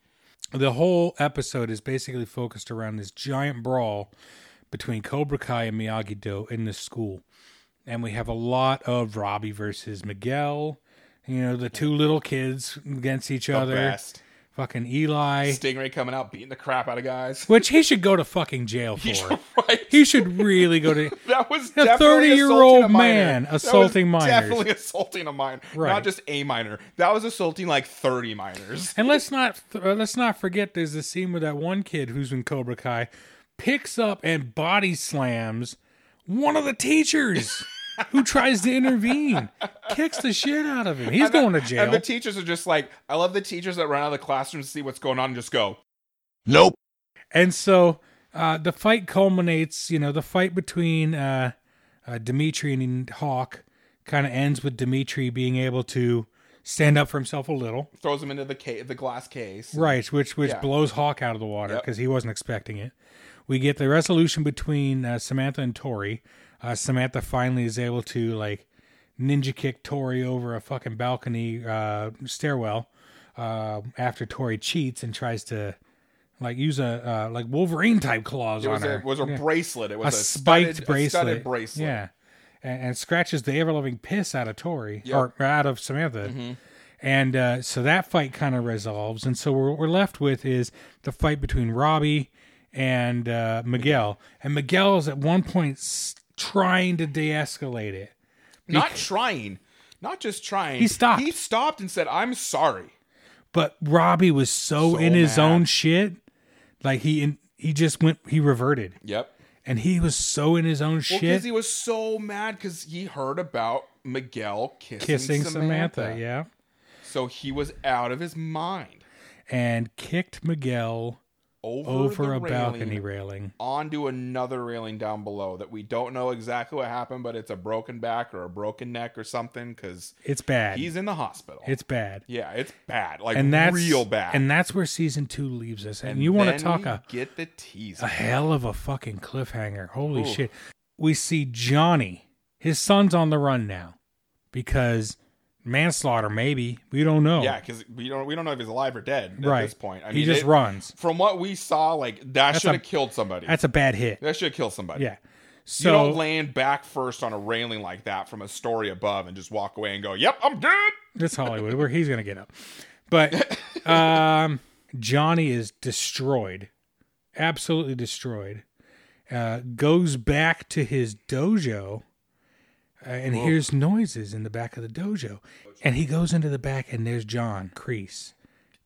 S1: the whole episode is basically focused around this giant brawl between Cobra Kai and Miyagi Do in this school. And we have a lot of Robbie versus Miguel, you know, the two little kids against each
S2: The
S1: other.
S2: best.
S1: Fucking Eli,
S2: Stingray coming out beating the crap out of guys.
S1: which he should go to fucking jail for. He should, really go to.
S2: That was
S1: A
S2: definitely
S1: 30-year-old
S2: assaulting a minor.
S1: man
S2: That was
S1: assaulting minors.
S2: Definitely assaulting a minor,
S1: Right.
S2: not just a minor. That was assaulting like 30 minors.
S1: And let's not uh, let's not forget there's the scene where that one kid who's in Cobra Kai picks up and body slams one of the teachers who tries to intervene, kicks the shit out of him. He's
S2: And the-
S1: going to jail.
S2: And the teachers are just like, I love the teachers that run out of the classroom to see what's going on and just go,
S1: Nope. And so Uh, the fight culminates, you know, the fight between uh, uh, Dimitri and Hawk kind of ends with Dimitri being able to stand up for himself a little.
S2: Throws him into the ca- the glass case.
S1: Right, which which
S2: Yeah.
S1: blows Hawk out of the water
S2: Yep.
S1: because he wasn't expecting it. We get the resolution between uh, Samantha and Tori. Uh, Samantha finally is able to like ninja kick Tori over a fucking balcony uh, stairwell uh, after Tori cheats and tries to like use a uh, like Wolverine type claws
S2: It
S1: on
S2: was a-
S1: her.
S2: it was a
S1: Yeah.
S2: bracelet. It was a
S1: spiked
S2: studded- a
S1: bracelet.
S2: studded bracelet.
S1: Yeah, and, and scratches the ever loving piss out of Tori
S2: Yep.
S1: or, or out of Samantha.
S2: Mhm.
S1: And uh, so that fight kind of resolves, and so what we're left with is the fight between Robbie and uh, Miguel. And Miguel is at one point s- trying to de-escalate it.
S2: Not
S1: Bec-
S2: trying. Not just trying.
S1: He stopped.
S2: He stopped and said, I'm sorry.
S1: but Robbie was so,
S2: So
S1: in his
S2: mad.
S1: own shit, like he in, he just went he reverted,
S2: Yep.
S1: and he was so in his own
S2: Well, because
S1: shit,
S2: he was so mad because he heard about Miguel kissing,
S1: kissing
S2: Samantha.
S1: Samantha. yeah,
S2: So he was out of his mind.
S1: and kicked Miguel
S2: Over,
S1: over,
S2: the
S1: a balcony
S2: railing,
S1: railing.
S2: Onto another railing down below that we don't know exactly what happened, but it's a broken back or a broken neck or something because
S1: It's bad.
S2: he's in the hospital.
S1: It's bad.
S2: yeah, it's bad. Like
S1: and that's
S2: real bad.
S1: And that's where season two leaves us. And, you want
S2: then
S1: to talk
S2: we
S1: a,
S2: get the teaser.
S1: a hell of a fucking cliffhanger. Holy
S2: Ooh.
S1: shit. We see Johnny. His son's on the run now because manslaughter, maybe. We don't know.
S2: Yeah, because we don't we don't know if he's alive or dead at
S1: Right.
S2: this point. I
S1: He just runs.
S2: From what we saw, like that
S1: That's
S2: should
S1: a-
S2: have killed somebody.
S1: That's a bad hit.
S2: That should have killed somebody.
S1: Yeah.
S2: you
S1: So
S2: don't land back first on a railing like that from a story above and just walk away and go, "Yep, I'm dead."
S1: that's Hollywood where he's going to get up. But um, Johnny is destroyed, absolutely destroyed. Uh, goes back to his dojo uh, and
S14: Whoa.
S1: hears noises in the back of the dojo. And he goes into the back, and there's John Crease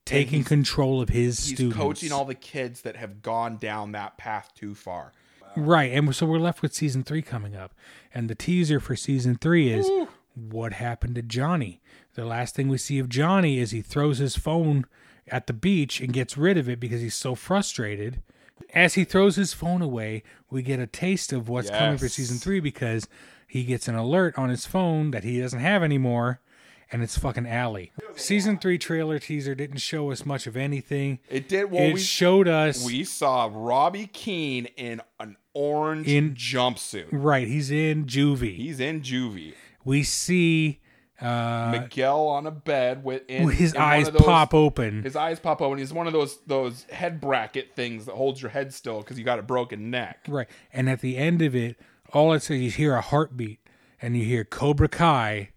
S1: taking
S2: he's-
S1: control of his
S2: He's
S1: students.
S2: coaching all the kids that have gone down that path too far.
S1: Right, and so we're left with season three coming up, and the teaser for season three is what happened to Johnny. The last thing we see of Johnny is he throws his phone at the beach and gets rid of it because he's so frustrated. As he throws his phone away, we get a taste of what's coming for
S2: Yes.
S1: season three because he gets an alert on his phone that he doesn't have anymore, and it's fucking Allie. Season three trailer teaser didn't show us much of anything.
S2: It did. Well,
S1: it
S2: we
S1: showed us
S2: We saw Robbie Keane in an orange
S1: In-
S2: jumpsuit.
S1: right. He's in juvie.
S2: He's in juvie.
S1: we see uh
S2: Miguel on a bed with in,
S1: His
S2: in one
S1: eyes
S2: of those-
S1: pop open.
S2: His eyes pop open. He's one of those those head bracket things that holds your head still because you got a broken neck.
S1: right and at the end of it all it says you hear a heartbeat and you hear cobra kai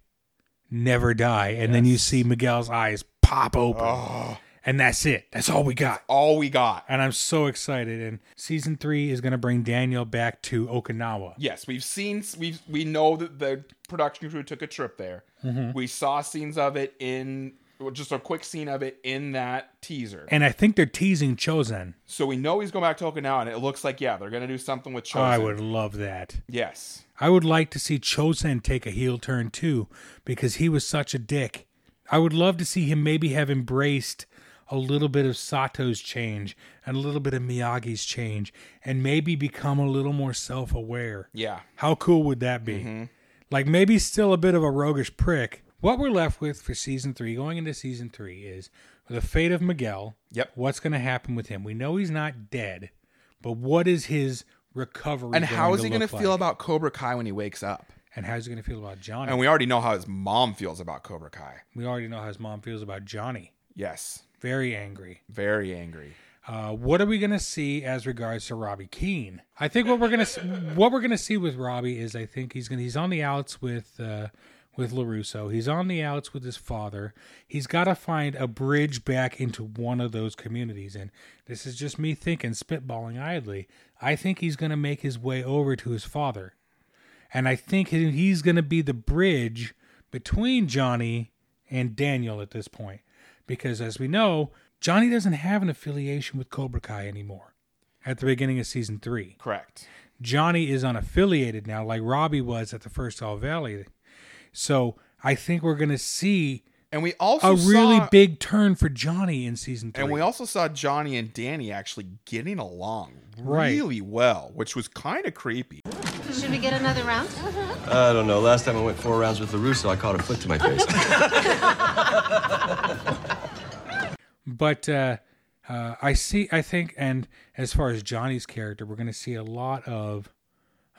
S1: never die and then you see miguel's eyes pop open
S2: Oh.
S1: and that's it that's all we got
S2: all we got
S1: and i'm so excited and season three is going to bring daniel back to okinawa
S2: Yes, we've seen we we know that the production crew took a trip there.
S1: Mhm.
S2: We saw scenes of it in well, just a quick scene of it in that teaser.
S1: and i think they're teasing chosen
S2: so we know he's going back to Okinawa, and it looks like yeah, they're going to do something with Chosen.
S1: i would love that
S2: Yes,
S1: I would like to see Chosen take a heel turn too, because he was such a dick. I would love to see him maybe have embraced a little bit of Sato's change and a little bit of Miyagi's change, and maybe become a little more self aware.
S2: yeah.
S1: How cool would that be?
S2: Mm-hmm.
S1: Like maybe still a bit of a roguish prick. What we're left with for season three, going into season three, is the fate of Miguel.
S2: Yep.
S1: What's going to happen with him? We know he's not dead, but what is his recovery?
S2: And how
S1: going
S2: is he
S1: going to
S2: going to feel
S1: like?
S2: about Cobra Kai when he wakes up?
S1: And how's he going to feel about Johnny?
S2: And we already know how his mom feels about Cobra Kai.
S1: We already know how his mom feels about Johnny.
S2: Yes,
S1: Very angry.
S2: very angry.
S1: Uh, what are we going to see as regards to Robbie Keane? I think what we're going to what we're going to see with Robbie is I think he's going to he's on the outs with uh, with Larusso. He's on the outs with his father. He's got to find a bridge back into one of those communities. And this is just me thinking, spitballing idly. I think he's going to make his way over to his father, and I think he- he's going to be the bridge between Johnny and Daniel at this point because as we know, Johnny doesn't have an affiliation with Cobra Kai anymore at the beginning of season three.
S2: Correct.
S1: Johnny is unaffiliated now, like Robbie was at the first All Valley. So I think we're going to see
S2: And we also
S1: a really
S2: saw-
S1: big turn for Johnny in season three.
S2: And we also saw Johnny and Danny actually getting along
S1: Right.
S2: really well, which was kind of creepy.
S10: Should we get another round?
S11: I don't know. Last time I went four rounds with LaRusso, I caught a foot to my face.
S1: but uh, uh, I see. I think, and as far as Johnny's character, we're going to see a lot of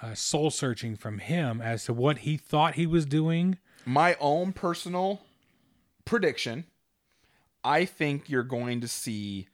S1: uh, soul searching from him as to what he thought he was doing.
S2: My own personal prediction I think you're going to see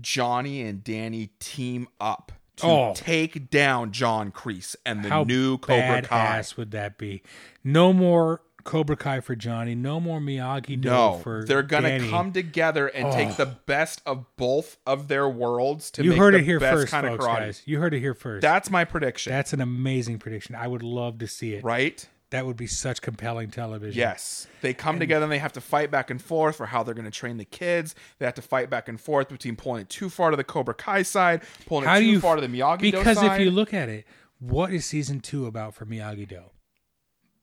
S2: Johnny and Danny team up to
S1: Oh.
S2: take down John Crease and the
S1: How
S2: new Cobra Kai.
S1: badass would that be? No more Cobra Kai for Johnny. No more Miyagi Do
S2: No,
S1: for
S2: they're gonna
S1: Danny.
S2: come together and
S1: Oh.
S2: take the best of both of their worlds to
S1: you
S2: make
S1: heard
S2: the
S1: it here
S2: best
S1: first,
S2: kind
S1: folks,
S2: of karate.
S1: guys. You heard it here first.
S2: That's my prediction.
S1: That's an amazing prediction. I would love to see it.
S2: Right?
S1: That would be such compelling television.
S2: Yes. They come
S1: And-
S2: together and they have to fight back and forth for how they're going to train the kids. They have to fight back and forth between pulling it too far to the Cobra Kai side, pulling it
S1: How
S2: too
S1: do you
S2: far to the Miyagi Do
S1: Because
S2: side.
S1: if you look at it, what is season two about for Miyagi Do?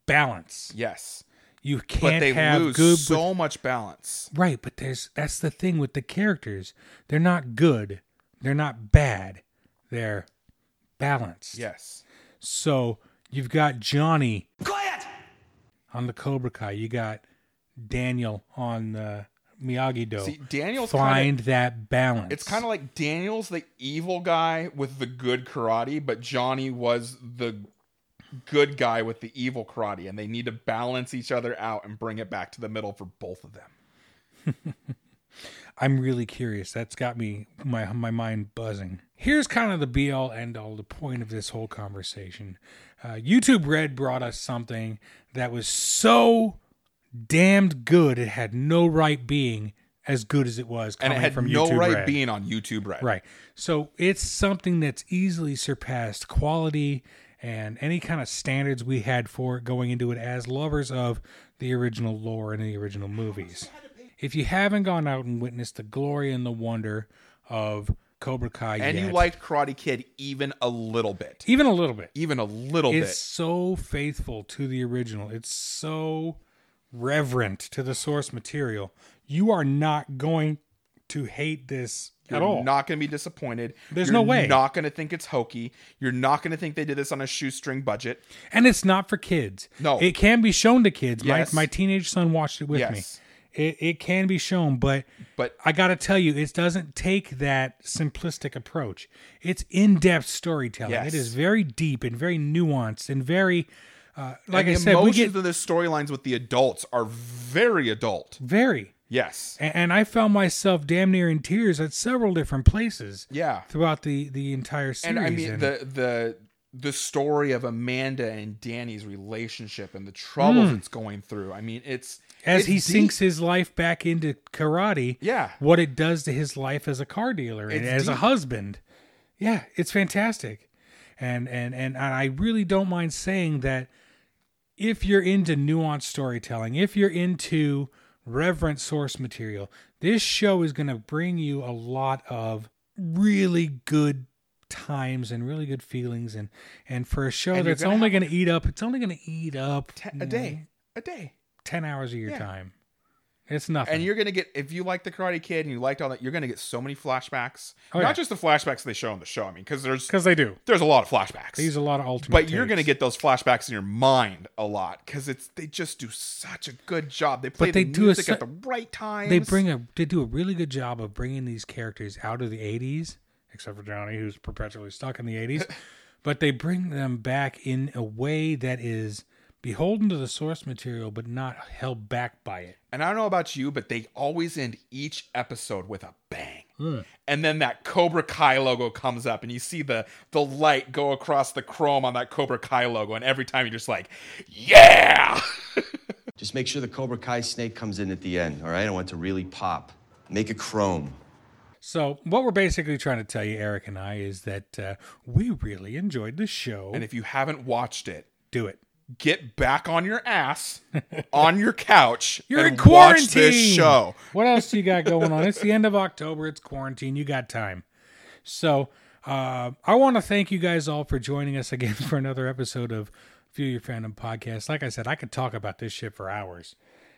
S1: Balance.
S2: Yes.
S1: You can't
S2: but they
S1: have
S2: lose
S1: good
S2: so much balance.
S1: Right, but there's that's the thing with the characters. They're not good. They're not bad. They're balanced.
S2: Yes.
S1: So you've got Johnny on the Cobra Kai. You got Daniel on the Miyagi Do.
S2: See, Daniel's
S1: find
S2: kinda-
S1: that balance.
S2: It's kind of like Daniel's the evil guy with the good karate, but Johnny was the good guy with the evil karate, and they need to balance each other out and bring it back to the middle for both of them.
S1: I'm really curious. That's got me my my mind buzzing. Here's kind of the be all end all, the point of this whole conversation. Uh, YouTube Red brought us something that was so damned good it had no right being as good as it was.
S2: And
S1: Coming
S2: it had
S1: from
S2: no
S1: YouTube
S2: right
S1: Red.
S2: being on YouTube Red.
S1: Right. So it's something that's easily surpassed quality and any kind of standards we had for it going into it as lovers of the original lore and the original movies. If you haven't gone out and witnessed the glory and the wonder of Cobra Kai
S2: and you
S1: yet,
S2: liked Karate Kid even a little bit,
S1: even a little bit,
S2: even a little
S1: it's
S2: bit.
S1: so faithful to the original. It's so reverent to the source material. You are not going to hate this
S2: You're
S1: at all.
S2: not going to be disappointed.
S1: There's
S2: You're
S1: no way.
S2: Not going to think it's hokey. You're not going to think they did this on a shoestring budget.
S1: And it's not for kids.
S2: No.
S1: It can be shown to kids.
S2: Yes.
S1: My, my teenage son watched it with
S2: Yes.
S1: me. It, it can be shown, but
S2: but
S1: I got to tell you, it doesn't take that simplistic approach. It's in depth storytelling.
S2: Yes.
S1: It is very deep and very nuanced and very, uh, like
S2: And
S1: I
S2: the
S1: said, we
S2: emotions
S1: get
S2: of the storylines with the adults are very adult.
S1: very.
S2: Yes,
S1: And, and I found myself damn near in tears at several different places.
S2: Yeah.
S1: Throughout the the entire series.
S2: and I mean
S1: and-
S2: the the the story of Amanda and Danny's relationship and the troubles
S1: Mm.
S2: it's going through. I mean, it's
S1: as
S2: it's
S1: he
S2: deep.
S1: sinks his life back into karate.
S2: Yeah.
S1: what it does to his life as a car dealer and
S2: It's
S1: as a
S2: deep.
S1: husband. Yeah, it's fantastic, and and and I really don't mind saying that if you're into nuanced storytelling, if you're into reverent source material, this show is going to bring you a lot of really good times and really good feelings and and for a show
S2: And you're
S1: that's
S2: gonna
S1: only going to eat up it's only going to eat up
S2: a day, a day.
S1: 10 hours of your
S2: Yeah.
S1: time. It's nothing.
S2: And you're gonna get if you like the Karate Kid and you liked all that, you're gonna get so many flashbacks.
S1: Oh,
S2: Not
S1: yeah.
S2: just the flashbacks they show on the show. I mean, because there's
S1: 'Cause they do.
S2: There's a lot of flashbacks.
S1: They use a lot of alternate.
S2: but you're gonna
S1: takes.
S2: get those flashbacks in your mind a lot because it's they just do such a good job. They play
S1: But they
S2: the
S1: do a
S2: music
S1: su-
S2: at the right time.
S1: They bring a. They do a really good job of bringing these characters out of the '80s, except for Johnny, who's perpetually stuck in the '80s. but they bring them back in a way that is beholden to the source material, but not held back by it.
S2: And I don't know about you, but they always end each episode with a bang.
S1: Hmm.
S2: And then that Cobra Kai logo comes up, and you see the the light go across the chrome on that Cobra Kai logo, and every time you're just like, yeah.
S11: Just make sure the Cobra Kai snake comes in at the end, all right? I want it to really pop. Make it chrome.
S1: So what we're basically trying to tell you, Eric and I, is that uh, we really enjoyed the show.
S2: And if you haven't watched it,
S1: do it.
S2: Get back on your ass, on your couch.
S1: You're in
S2: and
S1: quarantine.
S2: Watch this show.
S1: What else do you got going on? It's the end of October. It's quarantine. You got time. So uh, I want to thank you guys all for joining us again for another episode of Feel Your Fandom podcast. Like I said, I could talk about this shit for hours,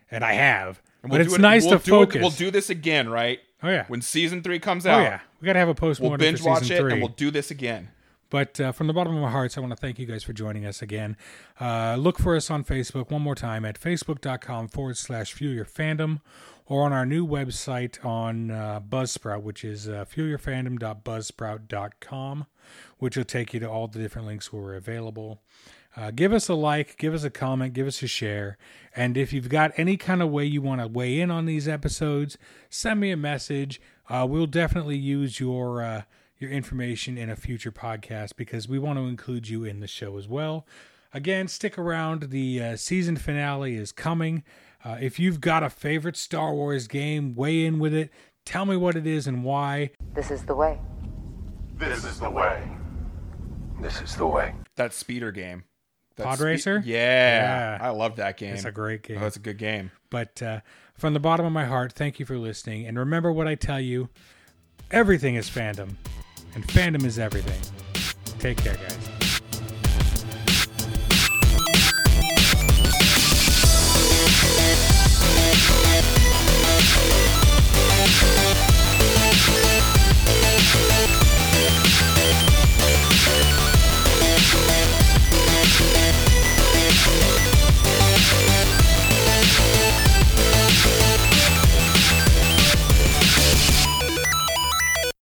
S1: and I have.
S2: And
S1: but
S2: do
S1: it's
S2: it-
S1: nice
S2: we'll
S1: to
S2: do it-
S1: focus.
S2: we'll do this again, right?
S1: Oh yeah.
S2: When season three comes
S1: Oh,
S2: out,
S1: yeah. We gotta have a postmortem
S2: We'll
S1: for
S2: binge watch
S1: season
S2: it,
S1: three.
S2: and we'll do this again.
S1: But uh, from the bottom of our hearts, I want to thank you guys for joining us again. Uh, look for us on Facebook one more time at facebook.com forward slash fuel your fandom or on our new website on uh, Buzzsprout, which is uh, fuelyourfandom.buzzsprout.com, which will take you to all the different links where we're available. Uh, give us a like, give us a comment, give us a share. And if you've got any kind of way you want to weigh in on these episodes, send me a message. Uh, we'll definitely use your. Uh, your information in a future podcast because we want to include you in the show as well. Again, stick around. The uh, season finale is coming. Uh, if you've got a favorite Star Wars game, weigh in with it. Tell me what it is and why.
S10: This is the way.
S5: This is the way.
S2: This is the way. That speeder game. That
S1: Pod
S2: spe-
S1: Racer? Yeah.
S2: yeah, I love that game.
S1: It's a great game.
S2: That's a good game.
S1: But uh, from the bottom of my heart, thank you for listening. And remember what I tell you everything is fandom, and fandom is everything. Take care, guys.